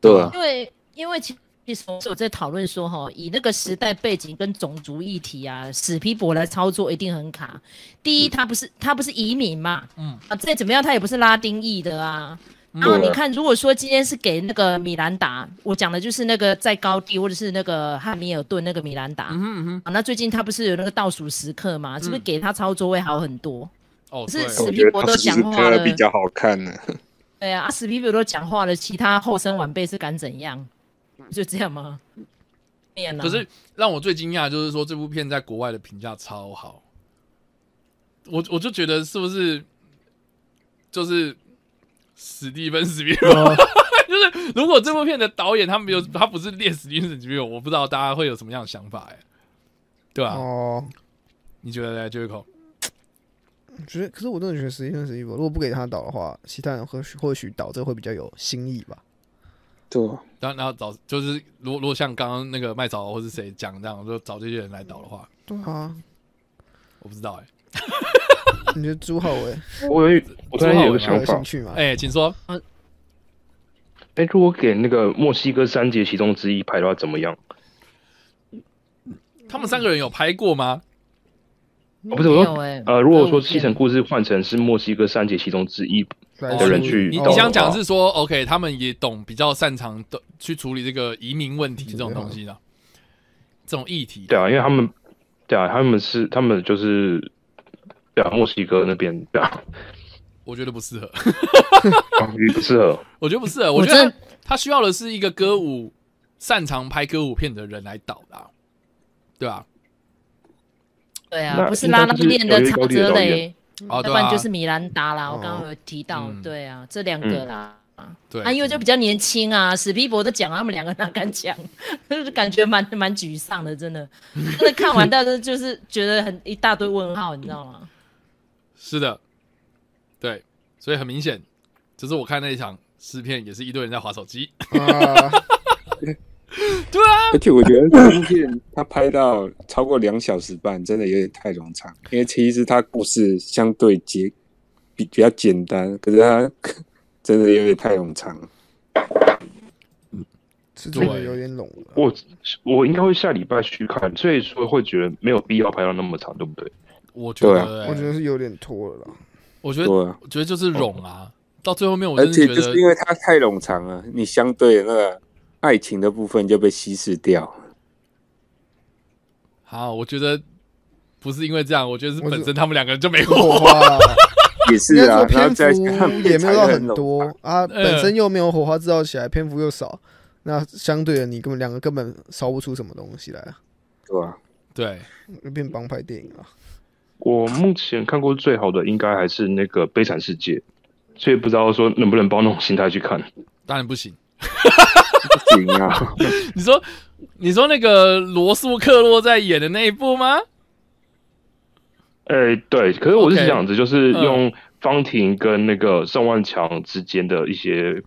对啊，
因为因为其其实我在讨论说哈，以那个时代背景跟种族议题啊，史皮博来操作一定很卡。第一，他不是他不是移民嘛，
嗯
嗯啊，再怎么样他也不是拉丁裔的啊。然
对
后
啊
你看，如果说今天是给那个米兰达，我讲的就是那个在高地或者是那个汉密尔顿那个米兰达、
嗯哼，
啊，那最近他不是有那个倒数时刻嘛，是不是给他操作会好很多？
哦，
是
对
史
我觉
哦，
皮
得
博
他
都
只
讲
是
话
他
了
比较好看呢、
对啊，啊史皮比都讲话了，其他后生晚辈是敢怎样？就这样吗？面啊
可是让我最惊讶的就是说这部片在国外的评价超好，我我就觉得是不是就是史蒂芬史蒂芬
哦
就是如果这部片的导演他没有他不是列史蒂芬史蒂芬，我不知道大家会有什么样的想法哎、对啊，
哦，
你觉得呢 j e r i c o
我觉得，可是我真的觉得实际上实际如果不给他导的话，其他人或许或许导这会比较有新意吧。
对啊，
然后然后找就是如果如果像刚刚那个麦嫂或是谁讲这样，就找这些人来导的话，
对啊，
我不知道哎、
你觉得朱浩 伟
我有一我突然有个
朱浩
还
想
有
法
兴，趣吗？
哎、请说，
哎，如果给那个墨西哥三杰其中之一拍的话，怎么样？
他们三个人有拍过吗？
哦，不是我
没有
说，
欸
呃，如果
歌舞
说
片
西城故事换成是墨西哥三杰其中之一，
来
的人
处
去
理
你
哦
你想讲是说 OK，他们也懂比较擅长的去处理这个移民问题这种东西的，这种议题。
对啊，因为他们，对啊，他们是他们就是，对啊，墨西哥那边对 啊，
我觉得不适合，
啊不适合。
我觉得不适合，
我
我觉得
真
他他需要的是一个歌舞擅长拍歌舞片的人来导啦，对啊吧、
对啊，
那
不是
应
拉
该
拉
就是
链的
有一
查
高地的
泽
导演
雷，
哦，
要
对
嗯不
吧、
然
啊？
就是米兰达啦。我刚刚有提到
嗯，
对啊，这两个啦。
对，嗯
啊，因为就比较年轻啊，史皮博都讲，他们两个哪敢讲，就是感觉蛮蛮沮丧的，真的，真的看完，但是就是觉得很一大堆问号，你知道吗？
是的，对，所以很明显，就是我看那一场试片，也是一堆人在划手机。
啊，
而且我觉得这部片他拍到超过两小时半，真的有点太冗长。因为其实他故事相对简比比较简单，可是他 真的有点太冗长了。
是真的
对
有点拢了。
我我应该会下礼拜去看，所以说会觉得没有必要拍到那么长，对不对？
我觉
对
得欸、
啊我觉得是有点拖了啦。
我觉得，
对啊，
我觉得就是冗啊，到最后面我
而
真
且
的觉
就是因
得，
为它太冗长了，你相对的那个爱情的部分就被稀释掉。
好，我觉得不是因为这样，我觉得是
我是
本身他们两个人就没
火
火。
花啦，
也
应
是
该
啊
说，
然
篇
后再加上
幅也没有到很多
片
啊，
呃
本身又没有火花制造起来，篇幅又少，那相对的你根本两个根本烧不出什么东西来啊，
长很冗长，
对，
就变帮派电影啊了。
我目前看过最好的应该还是那个《悲惨世界》，所以不知道说能不能抱那种心态去看。
当然不行，
不行 啊，
你说你说那个罗素克洛在演的那一部吗？
哎、对，可是我是
OK，
这样子，就是
嗯
用方婷跟那个郑万强之间的一些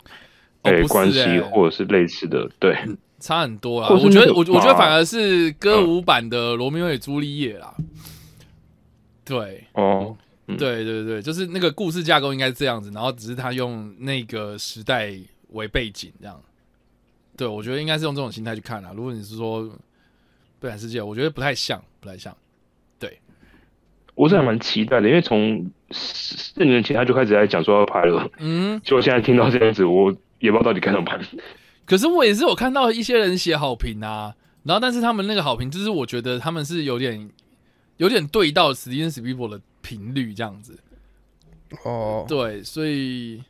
哦
哎、
不是嗯
关系，
哎
或者是类似的，对，
差很多啦。
或是
我觉得
那个
我我觉得
吧
反而是歌舞版的《罗密欧与朱丽叶》啦。对
哦，
对对对，就是那个故事架构应该是这样子，然后只是他用那个时代为背景这样。对，我觉得应该是用这种心态去看啦。如果你是说《悲惨世界》，我觉得不太像，不太像。嗯
我是还蛮期待的，因为从四四年前他就开始在讲说要拍了，
嗯，
结果现在听到这样子，我也不知道到底该怎么办。
可是我也是有看到一些人写好评啊，然后但是他们那个好评，就是我觉得他们是有点有点对到史蒂芬史皮伯的频率这样子。
哦，
对，所以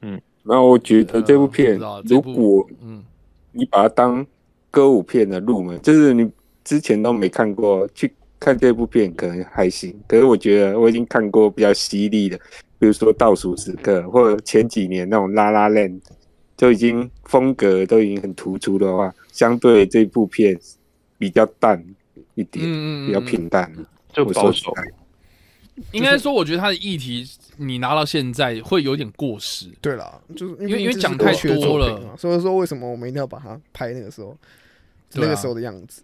然后我觉得
呃
这部
不
片
知道，这
如
部
果
嗯，
你把它当歌舞片的入门，就是你之前都没看过，去看这部片可能还行。可是我觉得我已经看过比较犀利的，比如说《倒数时刻》或者前几年那种《拉拉 land》，就已经风格都已经很突出的话，相对这部片比较淡一点，
嗯嗯嗯
比较平淡。
就
我
保
说实
守，
在
应该说，我觉得他的议题你拿到现在会有点过时。
对了，就是
因为因为
这是
讲
过
太
去的
多
作
了
品嘛，所以说为什么我们一定要把它拍那个时候
对啊
那个时候的样子？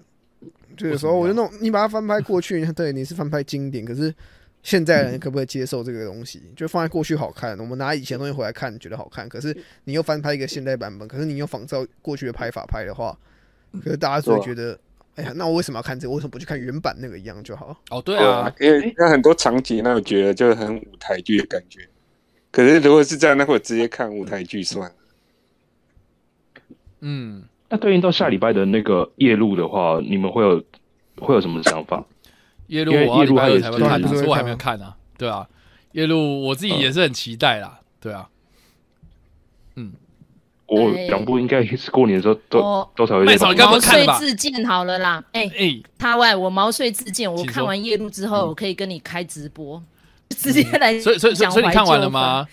就有时
为什么
候
要
我就那种，你把它翻拍过去，对，你是翻拍经典，可是现在人可不可以接受这个东西？就放在过去好看，我们拿以前东西回来看，觉得好看，可
嗯
是你又翻拍一个现代版本，可是你又仿照过去的拍法拍的话，可是大家就会觉
啊
得，哎呀，那我为什么要看这个？为什么不去看原版那个一样就好？
哦，对
对
啊
啊，，因为那很多场景，那我觉得就很舞台剧的感觉。可是如果是这样，那我直接看舞台剧算了。
嗯，
那对应到下礼拜的那个夜路的话，你们会有会有什么想法？
夜路
因为
我要
夜
礼
路
拜
它
二
也
才会
是
看啊，
还不
所
是
以我还
会看
没有
啊
看啊。对啊，夜路我自己也是很期待啦。对啊，
我
哎
两部应该是过年的时候都、
我
都才会
麦嫂
上
你该不会
毛
看了
遂
吧
自荐好了啦，哎、
哎，
他外我毛遂自荐，我
请
看
说嗯
完夜路之后，我可以跟你开直播， 直接来。
所以所以所以所以你看完了？吗？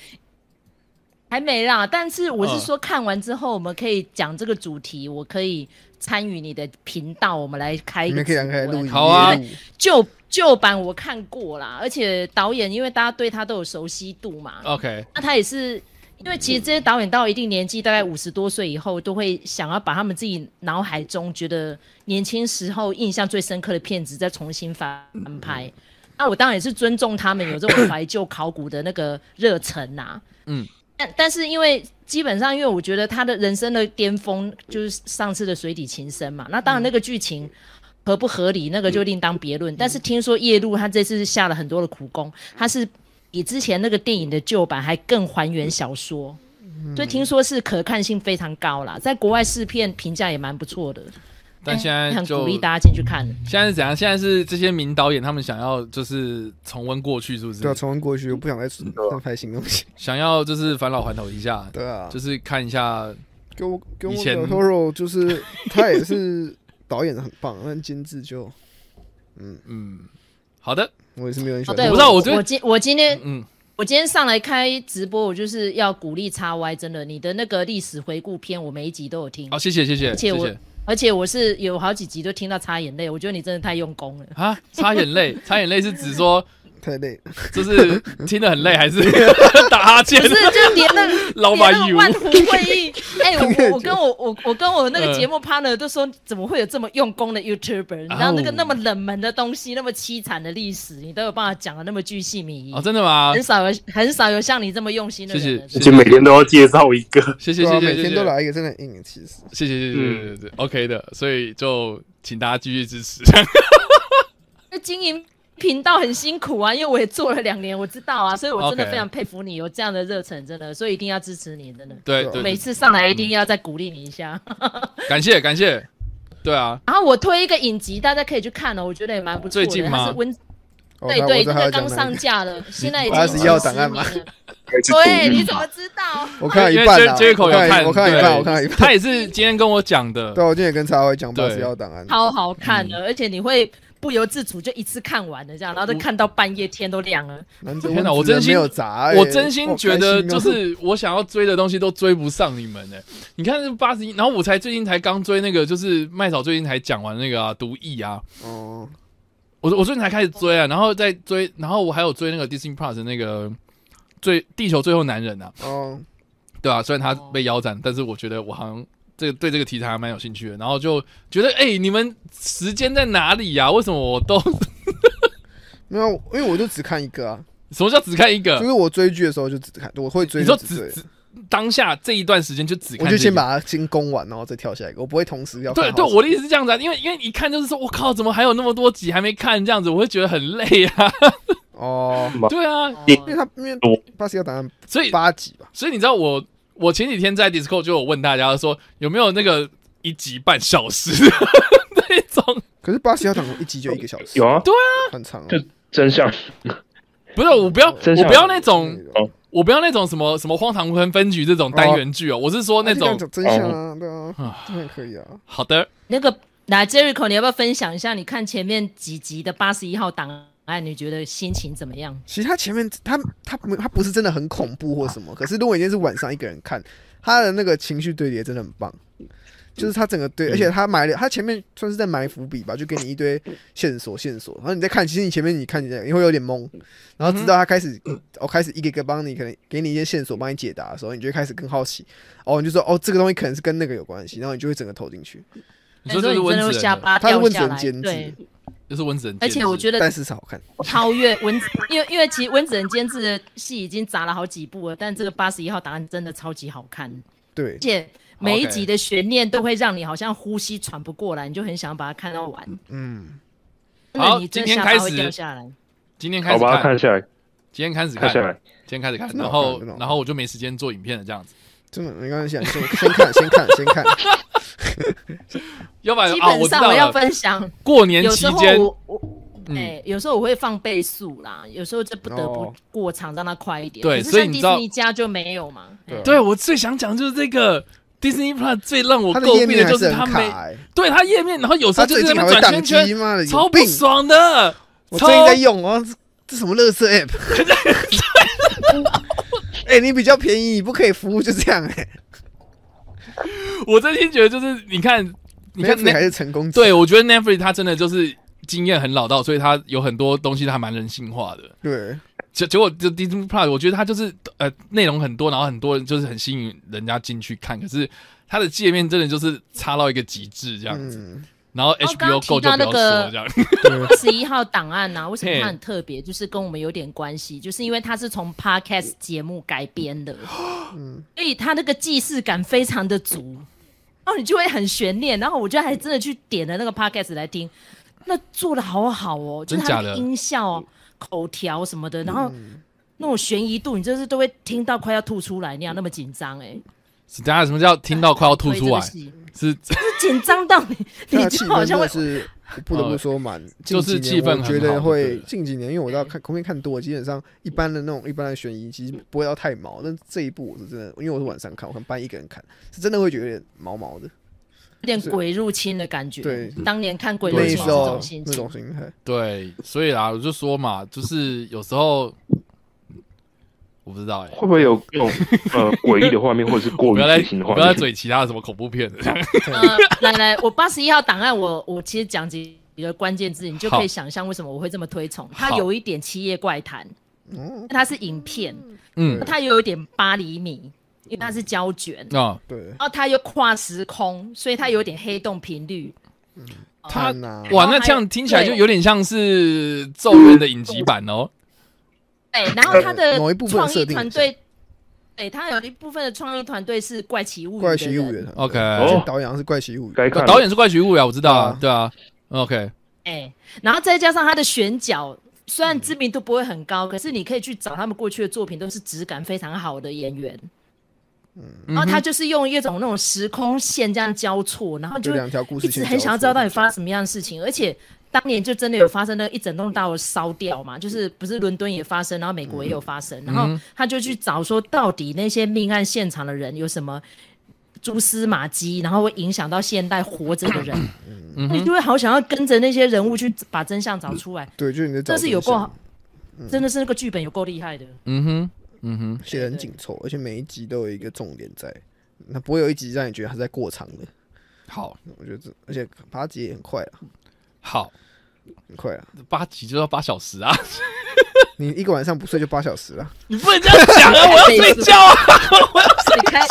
还没啦，但是我是
嗯
说看完之后，我们可以讲这个主题，我可以参与你的频道，我们来开
你
一个
们可以
直
两个来
播
录
来
一
看
好哎啊
录
旧旧版我看过啦，而且导演因为大家对他都有熟悉度嘛，
？OK，
那他也是因为其实这些导演到一定年纪，大概五十多岁以后，都会想要把他们自己脑海中觉得年轻时候印象最深刻的片子再重新翻拍。那我当然也是尊重他们有这种怀旧考古的那个热忱呐、
嗯
嗯，但但是因为基本上，因为我觉得他的人生的巅峰就是上次的水底情深嘛。那当然那个剧情。合不合理，那个就另当别论。但是听说夜路他这次是下了很多的苦功，他是比之前那个电影的旧版还更还原小说，所以听说是可看性非常高啦，在国外试片评价也蛮不错的，
但现在
哎很
就
鼓励大家进去看。
现在是怎样？现在是这些名导演他们想要就是重温过去，是不
对啊，
是？
重温过去，我不想再
啊
翻拍新东西。
想要就是返老还童一下，
对啊，
就是看一下。
跟我跟
以
我
前
的 Hero 就是 他也是导演很棒，但监制就
嗯，好的，
我也是没有很喜
哦，
欢。
对，
我不知道我
我
觉得
今我今天
嗯，
我今天上来开直播，我就是要鼓励叉 Y，真的，你的那个历史回顾篇，我每一集都有听
嗯
好，，谢谢谢谢谢
而且我
谢
而且我是有好几集都听到擦眼泪，我觉得你真的太用功了。
啊！擦眼泪，擦眼泪是指说
太累了，
就是听得很累， 还是打哈欠
不？是，就连那
老
连
板义
那个
务
万湖 会议，哎、我我跟我我我跟我那
嗯
个节目 partner 都说，怎么会有这么用功的 YouTuber？你知道那
哦
个那么冷门的东西，那么凄惨的历史，你都有办法讲的那么巨细靡遗
哦，，真的吗
很？少有很少有像你这么用心的
谢
人
谢
了。
而且每天都要介绍一个，
谢谢
对啊，
谢谢
每
谢
天都
谢。
来嗯一个，真的很硬。其实
谢谢谢谢谢谢谢谢，OK 的，所以就请大家继续支持。
啊
那经营频道很辛苦啊，因为我也做了两年，我知道啊，所以我真的
OK
非常佩服你有这样的热忱，真的，所以一定要支持你，真的。
对
对
对，嗯
每
对
次上来一定要再鼓励你一下。
感谢感谢，对啊，
然后我推一个影集，大家可以去看哦，我觉得也蛮不错
最
的。
近吗
它是温
哦
对
那
对，
我这
这
还要
个
讲
刚
哪
上
一个？
架了，现在已
八
经
十一号
前
档案嗯吗
十名了
还是
对，
独立
你怎么知道？
我看到
因
一
为
半
J
啊，
J 口有
我看
看，
我看到一半，
对
我看到一半。
他也是今天跟我讲的
对，，我今天也跟查伟讲
对
八十要档案，
超好看的，而且你会不由自主就一次看完了，这样，然
嗯
后就看到半夜天都亮了。
男子
天哪我
只能
真心
没有砸、欸，
我真心觉得，就
好开心哦
是我想要追的东西都追不上你们呢、欸你看这八十一，然后我才最近才刚追那个，就是麦嫂最近才讲完那个啊，毒液啊，
哦，
我我最近才开始追啊，然后再追，然后我还有追那个 Disney Plus 的那个最地球最后男人啊，
哦，
对啊，虽然他被腰斩，但是我觉得我好像这个对这个题材还蛮有兴趣的，然后就觉得哎、你们时间在哪里啊呀、为什么我都
没有，因为我就只看一个啊，
什么叫只看一个
就？是我追剧的时候就只看，我会追
你说
就
只
追，
只当下这一段时间就只看这
我
一个，
就先把它先攻完，然后再跳下一个，我不会同时要看
对
好
对，
几
我的意思是这样子啊，因为因为一看就是说，我靠，怎么还有那么多集还没看？这样子我会觉得很累啊。
哦，
对啊，
因
哦
为他因为
我
巴西要打算
所以
八集吧，
所以你知道我我前几天在 Discord 就有问大家说有没有那个一集半小时的 那种？
可是巴西要打一集就一个小时，
有啊，
很长、啊，
就真相
不是，我不要
真
我
相
不要那种
对
我不要那种什么什么荒唐无分分局这种单元剧哦，我是说那
啊
种哦
就这样讲真相啊，对啊，当然可以啊。
好的。
那个，那 Jericho，你要不要分享一下？你看前面几集的八十一号档案，你觉得心情怎么样？
其实他前面他他没他不是真的很恐怖或什
啊
么，可是如果你今天是晚上一个人看，他的那个情绪堆叠真的很棒，就是他整个
嗯
堆，而且他埋了他前面算是在埋伏笔吧，就给你一堆线索线索，然后你在看，其实你前面你看你在你会有点懵，然后直
嗯
到他开始哦开始一个一个帮你，可能给你一些线索帮你解答的时候，你就会开始更好奇，哦你就说哦这个东西可能是跟那个有关系，然后你就会整个投进去，
你说这是
你
温
真
子
的会
仁
下
的，
巴
他是
掉
温子
下
仁
来，
监
对
制，，
就是温子仁监
而
制。
且我觉得
但是是好看，
超越文子，因为因为其实温子仁监制的戏已经砸了好几部了，但这个八十一号档案真的超级好看，
对
而，且每一集的悬念都会让你好像呼吸喘不过来，你就很想把它看到完。
嗯，
真的
好
你真的
今天
下巴
开
会
始
掉下来。
今天开
好
始
吧，看
看，
下来，
今天开始
看下来，
今天开始看，
真的
然
好看
后
真的好看
然后我就没时间做影片了，这样子。
真的没关系，啊，你先先看先看先 看，
要不然
基
啊，
本
知
上
道
我要
了，
分享，
过年
有
期
时候
间，
我我哎、
嗯，
有时候我会放倍速啦，有时候就不得不
哦
过场让它快一点。
对
可是
所以你
像迪
知道
士尼家就没有嘛。哎
对啊
对我最想讲就是这个 Disney Plus 最让我
他的页
诟病
面还
就是它
很
没
卡哎。
对它页面，然后有时
他
候就
最
是在
近还
那
会
边
宕
转圈
机，
圈，
妈的，
超
有
不
病！
爽的，
我
超
最近在用哦，这这什么乐色 app？哎、你比较便宜，你不可以服务就这样哎、
我真心觉得就是你看，你
你
看
看你还
那
是成功者
对我觉得 Netflix 它真的就是经验很老道，所以它有很多东西它还蛮人性化的。
对，
结结果就 Disney Plus，我觉得它就是呃内容很多，然后很多人就是很吸引人家进去看，可是它的界面真的就是差到一个极致这样子。
嗯，
然后
哦刚刚
HBO
提
Go 就
到
不
那
要
个
说这样，
二十一号档案呐、啊为什么
嘿
它很特别？就是跟我们有点关系，就是因为它是从 podcast 节目改编的，
嗯
所以它那个既视感非常的足，然后你就会很悬念。然后我就还真的去点了那个 podcast 来听，那做的好好哦，就是
真
它
假
那
的
个音效、哦、口条什么
嗯
的，然后那种悬疑度，你真是都会听到快要吐出来那样，那么紧张哎，
是等一下什么叫听到快要吐 出来？
所以这个戏
是
紧张到 你，
他
你
的啊气
就
氛
好
真
像会
的是我不得不说蛮，
哦就
近
是
几
气氛
年我觉
很好对
得会近几年，因为我到看空片看多，基本上一般的那种一般的悬疑其实不会到太毛，但这一部我是真的，因为我是晚上看，我看半夜一个人看，是真的会觉得有点毛毛的，
有点鬼入侵的感觉。
对
当年看鬼入
那时
侵是这
候
种心
那
情
种。心态，
对，所以啦，我就说嘛，就是有时候我不知道哎、
会不会有那种呃诡异的画面，或者是过
不
于
要再
激情的
不
画
要再
面？
嘴其他的什么恐怖片了，
呃， 来来，我八十一号档案我，我其实讲几个关键字，你就可以想象为什么我会这么推崇。它
好
有一点《七夜怪谈》，它是影片，
嗯，
它有一点八厘米，因为它是胶卷，
嗯
然
啊，
对，
后它又跨时空，所以它有点黑洞频率。
嗯
哦
他
看啊
哇，
然后
那
还
这样听起来就
对
有点像是《咒怨》的影集版哦。
对，然后它的
某一部分的
创
设
意
定
团队，对，它有一部分的创意团队是怪奇物语的
怪
人，
奇物语的团
OK，
队
哦
而且导演好像是怪奇物语，
该看了
导演是怪奇物语啊，我知道啊，对
对
啊，OK，
哎、然后再加上他的选角，虽然知名度不会很高，可是你可以去找他们过去的作品，都是质感非常好的演员。
嗯
嗯
然哦后他就是用一种那种时空线这样交错，然后你就
就两条故事
一
线
直很想要知道到底发生什么样的事情，而且当年就真的有发生那一整栋大楼烧掉嘛，就是不是伦敦也发生，然后美国也
嗯
有发生，然后他就去找说到底那些命案现场的人有什么蛛丝马迹，然后会影响到现代活着的人，
嗯
那你
哼，
就会好想要跟着那些人物去把真相找出来。
对，就是你的找
这是有
真
够
相
好，真的是那个剧本有够厉害的。
嗯哼，嗯哼，
写的很紧凑，而且每一集都有一个重点在，那不会有一集让你觉得它是在过场的。
好
我觉得这，而且八集也很快啊，
好，
很快啊，
八集就要八小时啊！
你一个晚上不睡就八小时 了。
你不能这样讲啊！我要 睡觉啊！
你开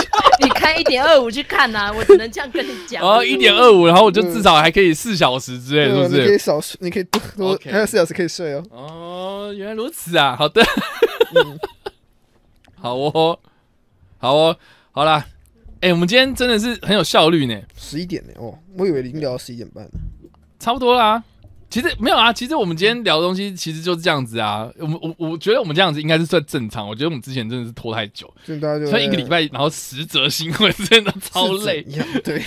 你开一点二五去看呐、我只能这样跟你讲。
哦，一点二五，然后我就至少还可以四小时之类
对
的，
啊
是不
你可以
是？
少睡，你可以多多
OK
还有四小时可以睡哦。
哦，原来如此啊！好的，
嗯
好哦，好哦，好啦。哎、我们今天真的是很有效率呢，
十一点呢、哦，我以为已经聊到十一点半了。
差不多啦。其实没有啊，其实我们今天聊的东西其实就是这样子啊。我们我我觉得我们这样子应该是算正常，我觉得我们之前真的是拖太久，
所以大家就
所以一个礼拜然后十则新闻真的超
是怎
累。
样对，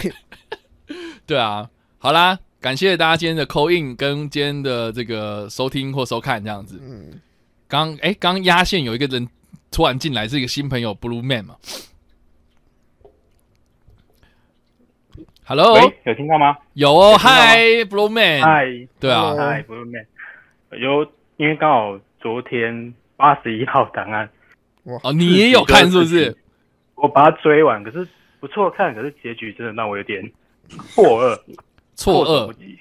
对啊，好啦，感谢大家今天的 call in 跟今天的这个收听或收看这样子。
嗯，
刚哎，刚压线有一个人突然进来，是一个新朋友 Blue Man 嘛。Hello，
喂，有听到吗？
有哦，
有听到吗
嗨，Blue Man，
嗨，
对啊，
Hello
嗨，不是妹，有因为刚好昨天八十一号档案，
哦，你也有看是不是？
我把它追完，可是不错看，可是结局真的让我有点错愕，
错
手不
愕，
及。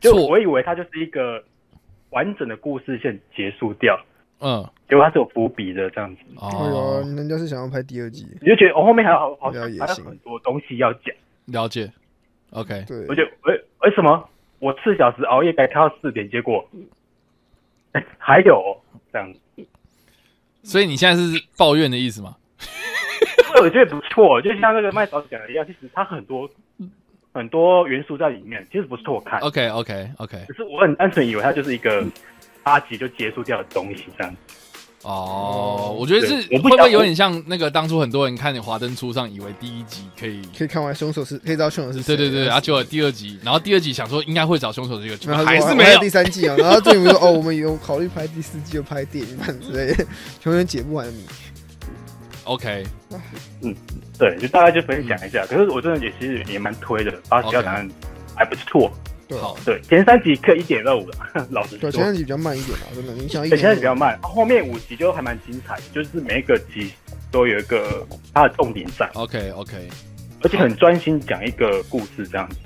就
错，
我以为它就是一个完整的故事线结束掉，
嗯，
结果它是有伏笔的这样子，
哎呦，
哦，
人家是想要拍第二季，
你就觉得哦后面还有好好
比较
像
野
还有
心
很多东西要讲，
了解，OK，
对
我，就为为什么我四小时熬夜改看到四点，结果 哎还有哦这样子。
所以你现在是抱怨的意思吗？
对，我觉得不错，就像那个麦嫂讲的一样，其实它很多很多元素在里面，其实不错看。
OK OK OK，
可是我很单纯以为它就是一个八集就结束掉的东西这样。
哦，我觉得是
对
会
我不
不会
想
有点像那个当初很多人看《华灯初上》，以为第一集可以，
可以看完凶手是，可以知道凶手是谁。
对对对，啊，结果第二集，然后第二集想说应该会找凶手这个，结
然
果
后他
还
说
是
我
没
还
有
第。三季啊，然后最近说 哦，我们有考虑拍第四季，就拍电影版之类的， 永远解不完的谜。
OK，
对，就大概就分
嗯
享一下。可是我真的也其实也蛮推的，啊八十
OK
条答案还不错。
对啊
好，
对，前三集可以一点二五了， 老实
对，
说。
前三集比较慢一点啊，真的，你想要一
对，前三
点
集比较慢，啊后面五集就还蛮精彩的，就是每一个集都有一个它的重点在，
OK OK，
而且很专心讲一个故事这样子。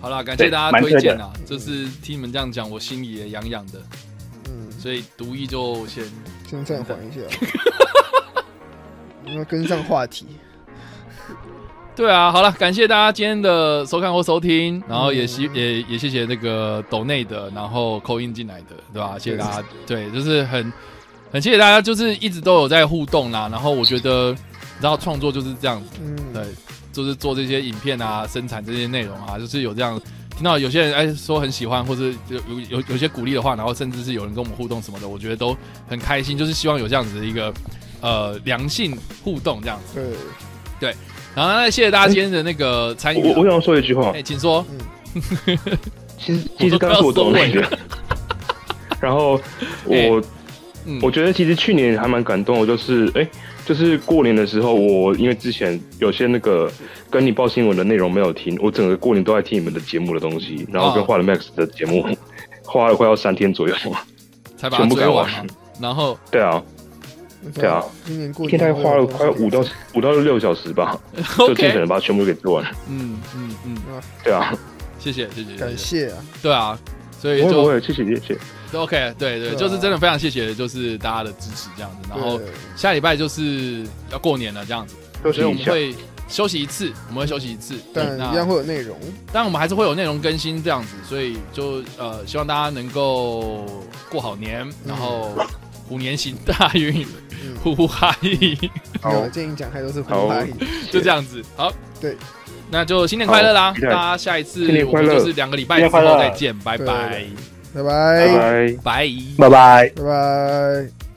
好啦，感谢
对
大家
蛮
推
推
荐
的
啊，就是听你们这样讲，我心里也痒痒的，
嗯，
所以读一就先
先暂缓 一下，要跟上话题。
对啊，好了，感谢大家今天的收看或收听，然后也希、也也谢谢那个抖内的，然后扣印进来的，对吧？谢谢大家，对，就是很很谢谢大家，就是一直都有在互动啦。然后我觉得，你知道创作就是这样子，
嗯，
对，就是做这些影片啊，生产这些内容啊，就是有这样听到有些人哎说很喜欢，或是有有有有些鼓励的话，然后甚至是有人跟我们互动什么的，我觉得都很开心，就是希望有这样子的一个呃良性互动这样子。
对，
然后呢，谢谢大家今天的那个参与、
哎
啊
我我。想说一句话
哎、，请说。
嗯，
其实其实刚刚是我懂那个， 然 后我
嗯，
我觉得其实去年还蛮感动的，就是哎、就是过年的时候，我因为之前有些那个跟你报新闻的内容没有听，我整个过年都在听你们的节目的东西，然后跟
啊
画了 Max 的节目，花了快要三天左右，
才把它
全部
追
改
完
完。
嘛。然后，
对啊，
对
对啊，
今年过
一
年
天大概花了快要五到五到六小时 吧，就尽可
OK，
能把它全部给做完。
嗯嗯嗯，
对啊，
谢谢谢谢谢
感
谢，
谢啊，
对啊，所以
不会不
就
会，谢谢谢谢，
OK，对对，
对啊
就是真的非常谢谢，就是大家的支持这样子。然后
对
下礼拜就是要过年了这样子，
休
所以我
息一
们
下。
会休息一次，我们会休息一次，
但
那
一样会有内容，
但我们还是会有内容更新这样子，所以就呃，希望大家能够过好年，然后虎年行大运，
嗯，
呼呼哈嘿。
没有建议讲太多是
好
胡拍，
就这样子。好，
对，
那就新年快乐啦！
好期
大
待
家下一次
新年
我
快
们
乐
就是两个礼拜
新
之
年快乐
后再见，拜
对
拜，
拜
拜
拜，
拜。
拜。
拜拜。
拜拜。